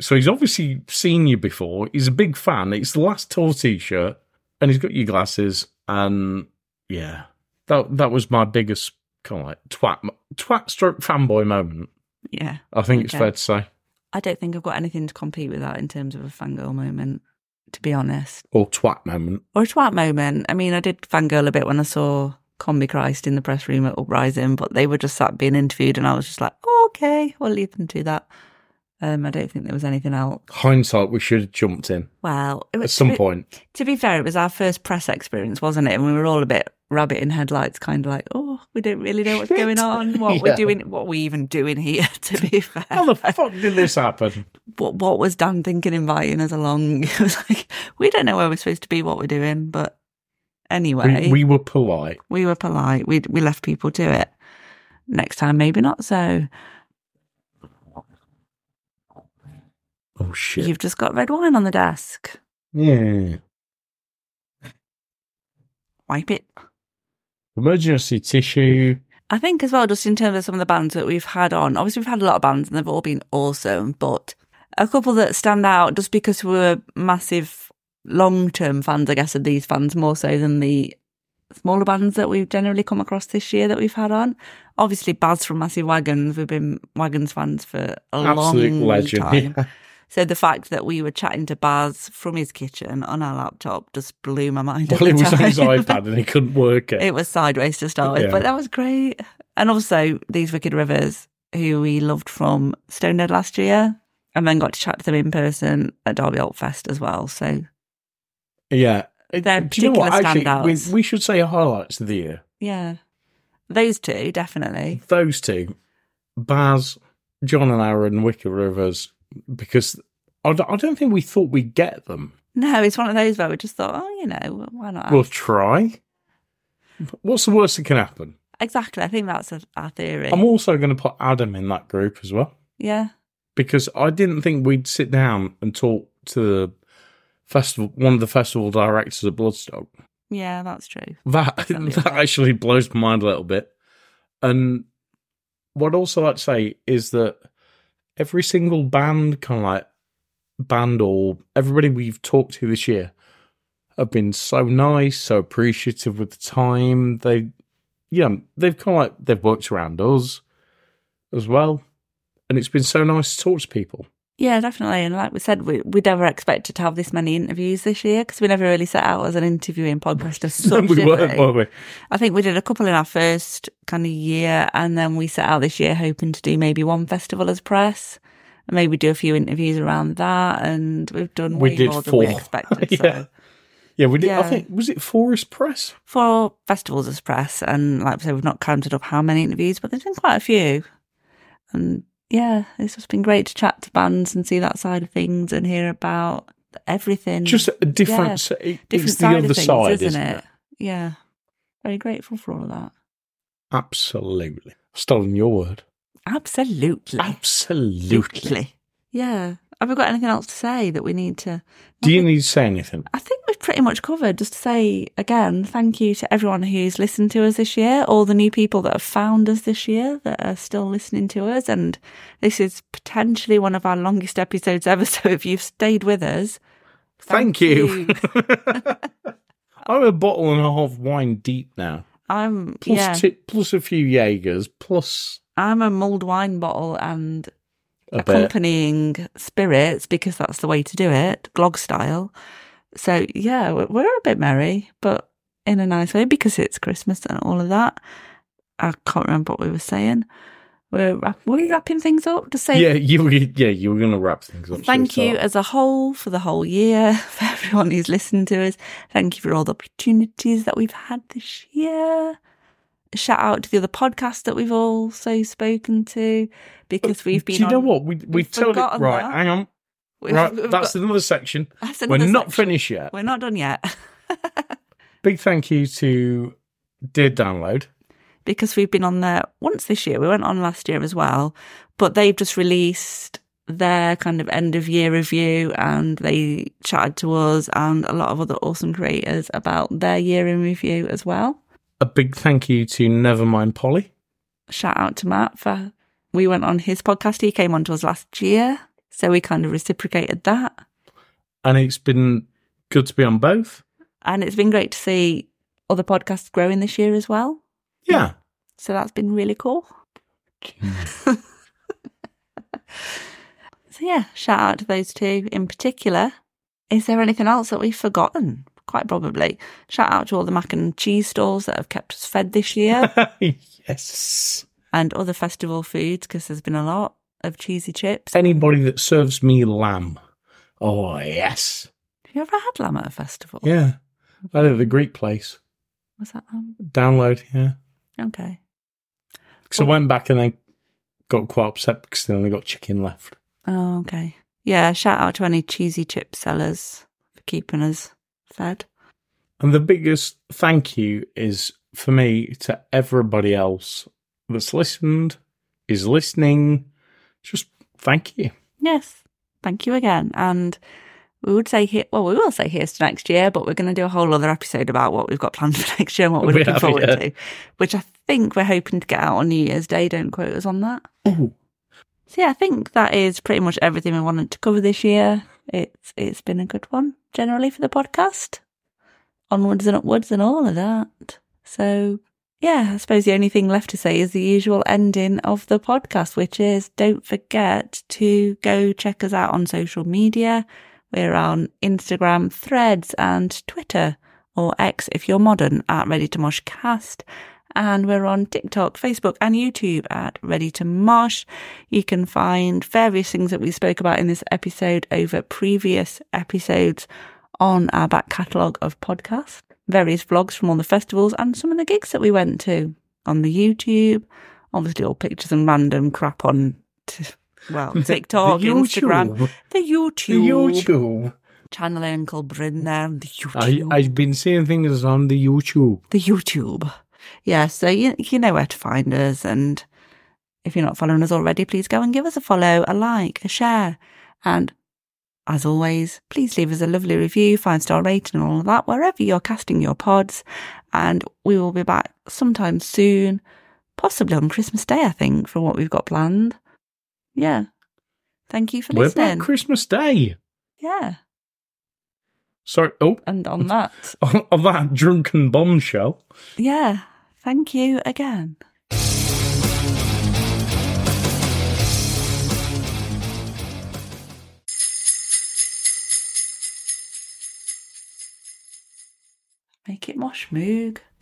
S1: so he's obviously seen you before. He's a big fan. It's the last tour T-shirt, and he's got your glasses. And yeah, that that was my biggest kind of like twat mo- twat stroke fanboy moment.
S2: yeah.
S1: I think it's
S2: Okay.
S1: fair to say,
S2: I don't think I've got anything to compete with that in terms of a fangirl moment, to be honest.
S1: or twat moment.
S2: Or a twat moment. I mean, I did fangirl a bit when I saw Combi Christ in the press room at Uprising, but they were just sat being interviewed and I was just like, oh, okay, we'll leave them to that. Um, I don't think there was anything else.
S1: Hindsight, we should have jumped in
S2: Well, it
S1: at
S2: was,
S1: some
S2: to, be-
S1: point.
S2: to be fair, it was our first press experience, wasn't it? And we were all a bit rabbit in headlights, kind of like, oh, we don't really know what's
S1: Shit.
S2: going on, what we're
S1: Yeah.
S2: doing, what we even doing here, to be fair.
S1: How the fuck did this happen?
S2: what what was Dan thinking inviting us along? It was like we don't know where we're supposed to be, what we're doing, but anyway,
S1: We, we were polite.
S2: we were polite. We we left people to it. Next time, maybe not. So
S1: Oh shit!
S2: you've just got red wine on the desk.
S1: yeah.
S2: Wipe it.
S1: Emergency tissue.
S2: I think as well, just in terms of some of the bands that we've had on, obviously we've had a lot of bands and they've all been awesome, but a couple that stand out just because we were massive long term fans, I guess, of these fans more so than the smaller bands that we've generally come across this year that we've had on. Obviously, Baz from Massive Wagons, we've been Wagons fans for a
S1: Absolute
S2: long
S1: legend.
S2: time.
S1: Yeah.
S2: So the fact that we were chatting to Baz from his kitchen on our laptop just blew my mind. at
S1: Well, it
S2: the
S1: was on his
S2: time.
S1: iPad and he couldn't work it.
S2: It was sideways to start with,
S1: Yeah.
S2: but that was great. And also these Wicked Rivers, who we loved from Stoned last year, and then got to chat to them in person at Derby Alt Fest as well. So
S1: yeah.
S2: They're
S1: Do you know what?
S2: particular
S1: Actually,
S2: standouts.
S1: we, we should say highlights of the year.
S2: yeah, those two definitely.
S1: Those two, Baz, John and Aaron, Wicked Rivers, because I don't, I don't think we thought we'd get them.
S2: No, it's one of those where we just thought, oh, you know, why not?
S1: We'll try. What's the worst that can happen?
S2: exactly. I think that's a, our theory.
S1: I'm also going to put Adam in that group as well.
S2: yeah,
S1: because I didn't think we'd sit down and talk to the festival, one of the festival directors at Bloodstock.
S2: yeah, that's true.
S1: That
S2: Definitely.
S1: that actually blows my mind a little bit. And what I'd also like to say is that every single band kind of like band or everybody we've talked to this year have been so nice, so appreciative with the time. They, you know, they've kind of like, they've worked around us as well. And it's been so nice to talk to people.
S2: Yeah, definitely. And like we said, we, we never expected to have this many interviews this year because we never really set out as an interviewing podcast of such.
S1: we
S2: did
S1: weren't,
S2: we?
S1: were we?
S2: I think we did a couple in our first kind of year, and then we set out this year hoping to do maybe one festival as press, and maybe do a few interviews around that. And we've done
S1: We
S2: way
S1: did
S2: more than
S1: four.
S2: we expected.
S1: Yeah.
S2: So
S1: Yeah, we did. I
S2: Yeah.
S1: think, was it Forest Press?
S2: four festivals as press, and like I said, we've not counted up how many interviews, but there's been quite a few. And yeah, it's just been great to chat to bands and see that side of things and hear about everything.
S1: Just a different,
S2: Yeah.
S1: s- it-
S2: different
S1: it's the
S2: side
S1: other
S2: of things,
S1: side,
S2: isn't, it? Yeah. Very grateful for all of that.
S1: Absolutely. Stolen your word.
S2: Absolutely.
S1: Absolutely.
S2: Yeah. Have we got anything else to say that we need to?
S1: Do you need to say anything?
S2: I think we've pretty much covered. Just to say again, thank you to everyone who's listened to us this year, all the new people that have found us this year that are still listening to us. And this is potentially one of our longest episodes ever. So if you've stayed with us,
S1: Thank,
S2: Thank
S1: you.
S2: you.
S1: I'm a bottle and a half wine deep now.
S2: I'm
S1: Plus
S2: yeah,
S1: ti- plus a few Jaegers, plus
S2: I'm a mulled wine bottle and
S1: a bit.
S2: accompanying spirits because that's the way to do it, glog style. So yeah, we're- we're a bit merry, but in a nice way because it's Christmas and all of that. I can't remember what we were saying. We're wrap- were we wrapping things up to say
S1: Yeah, you were, yeah, you were going to wrap things up. so
S2: Thank you
S1: it's all-
S2: as a whole for the whole year, for everyone who's listened to us. Thank you for all the opportunities that we've had this year. Shout out to the other podcasts that we've also spoken to because we've been.
S1: Do you know
S2: on-
S1: what? We, we
S2: we've
S1: told it.
S2: forgotten
S1: Right,
S2: that.
S1: hang on.
S2: we've-
S1: Right,
S2: we've
S1: that's
S2: got-
S1: another section.
S2: that's
S1: We're
S2: another
S1: not
S2: section.
S1: finished yet.
S2: We're not done yet
S1: Big thank you to Dear Download.
S2: because we've been on there once this year. We went on last year as well, but they've just released their kind of end of year review and they chatted to us and a lot of other awesome creators about their year in review as well.
S1: A big thank you to Nevermind Polly.
S2: Shout out to Matt for we went on his podcast. He came on to us last year, so we kind of reciprocated that.
S1: And it's been good to be on both.
S2: And it's been great to see other podcasts growing this year as well.
S1: Yeah.
S2: So that's been really cool. So yeah, shout out to those two in particular. Is there anything else that we've forgotten? Quite probably. Shout out to all the mac and cheese stalls that have kept us fed this year
S1: yes.
S2: and other festival foods because there's been a lot of cheesy chips. Have
S1: Anybody that serves me lamb. Oh, yes.
S2: you ever had lamb at a festival?
S1: Yeah. That is the Greek place.
S2: Was that lamb?
S1: Download, yeah.
S2: Okay.
S1: Because I went back and then got quite upset because they only got chicken left.
S2: Oh, okay. Yeah, shout out to any cheesy chip sellers for keeping us fed.
S1: And the biggest thank you is for me to everybody else that's listened, is listening. Just thank you.
S2: Yes. Thank you again. And we would say here, well, we will say here's to next year, but we're going to do a whole other episode about what we've got planned for next year and what we're
S1: We
S2: looking
S1: have,
S2: forward
S1: yeah.
S2: to, which I think we're hoping to get out on New Year's Day. Don't quote us on that.
S1: Oh,
S2: So yeah, I think that is pretty much everything we wanted to cover this year. It's it's been a good one generally for the podcast, onwards and upwards and all of that. So yeah, I suppose the only thing left to say is the usual ending of the podcast, which is don't forget to go check us out on social media. We're on Instagram, Threads, and Twitter, or X if you're modern at Ready to Mosh Cast. And we're on TikTok, Facebook, and YouTube at Ready to Mosh. You can find various things that we spoke about in this episode over previous episodes on our back catalogue of podcasts, various vlogs from all the festivals, and some of the gigs that we went to on the YouTube. Obviously, all pictures and random crap on, t- well, TikTok, Instagram,
S1: YouTube.
S2: the
S1: The
S2: YouTube
S1: YouTube.
S2: channel Uncle Bryn there on the
S1: I,
S2: YouTube.
S1: I've been seeing things on the YouTube.
S2: The YouTube. Yeah, so you, you know where to find us. And if you're not following us already, please go and give us a follow, a like, a share. And as always, please leave us a lovely review, five star rating, and all of that, wherever you're casting your pods. And we will be back sometime soon, possibly on Christmas Day, I think, for what we've got planned. Yeah. Thank you for
S1: We're
S2: listening.
S1: back Christmas Day.
S2: Yeah.
S1: Sorry. Oh,
S2: And on that,
S1: on, on that drunken bombshell.
S2: yeah. Thank you again. Make it more schmoog.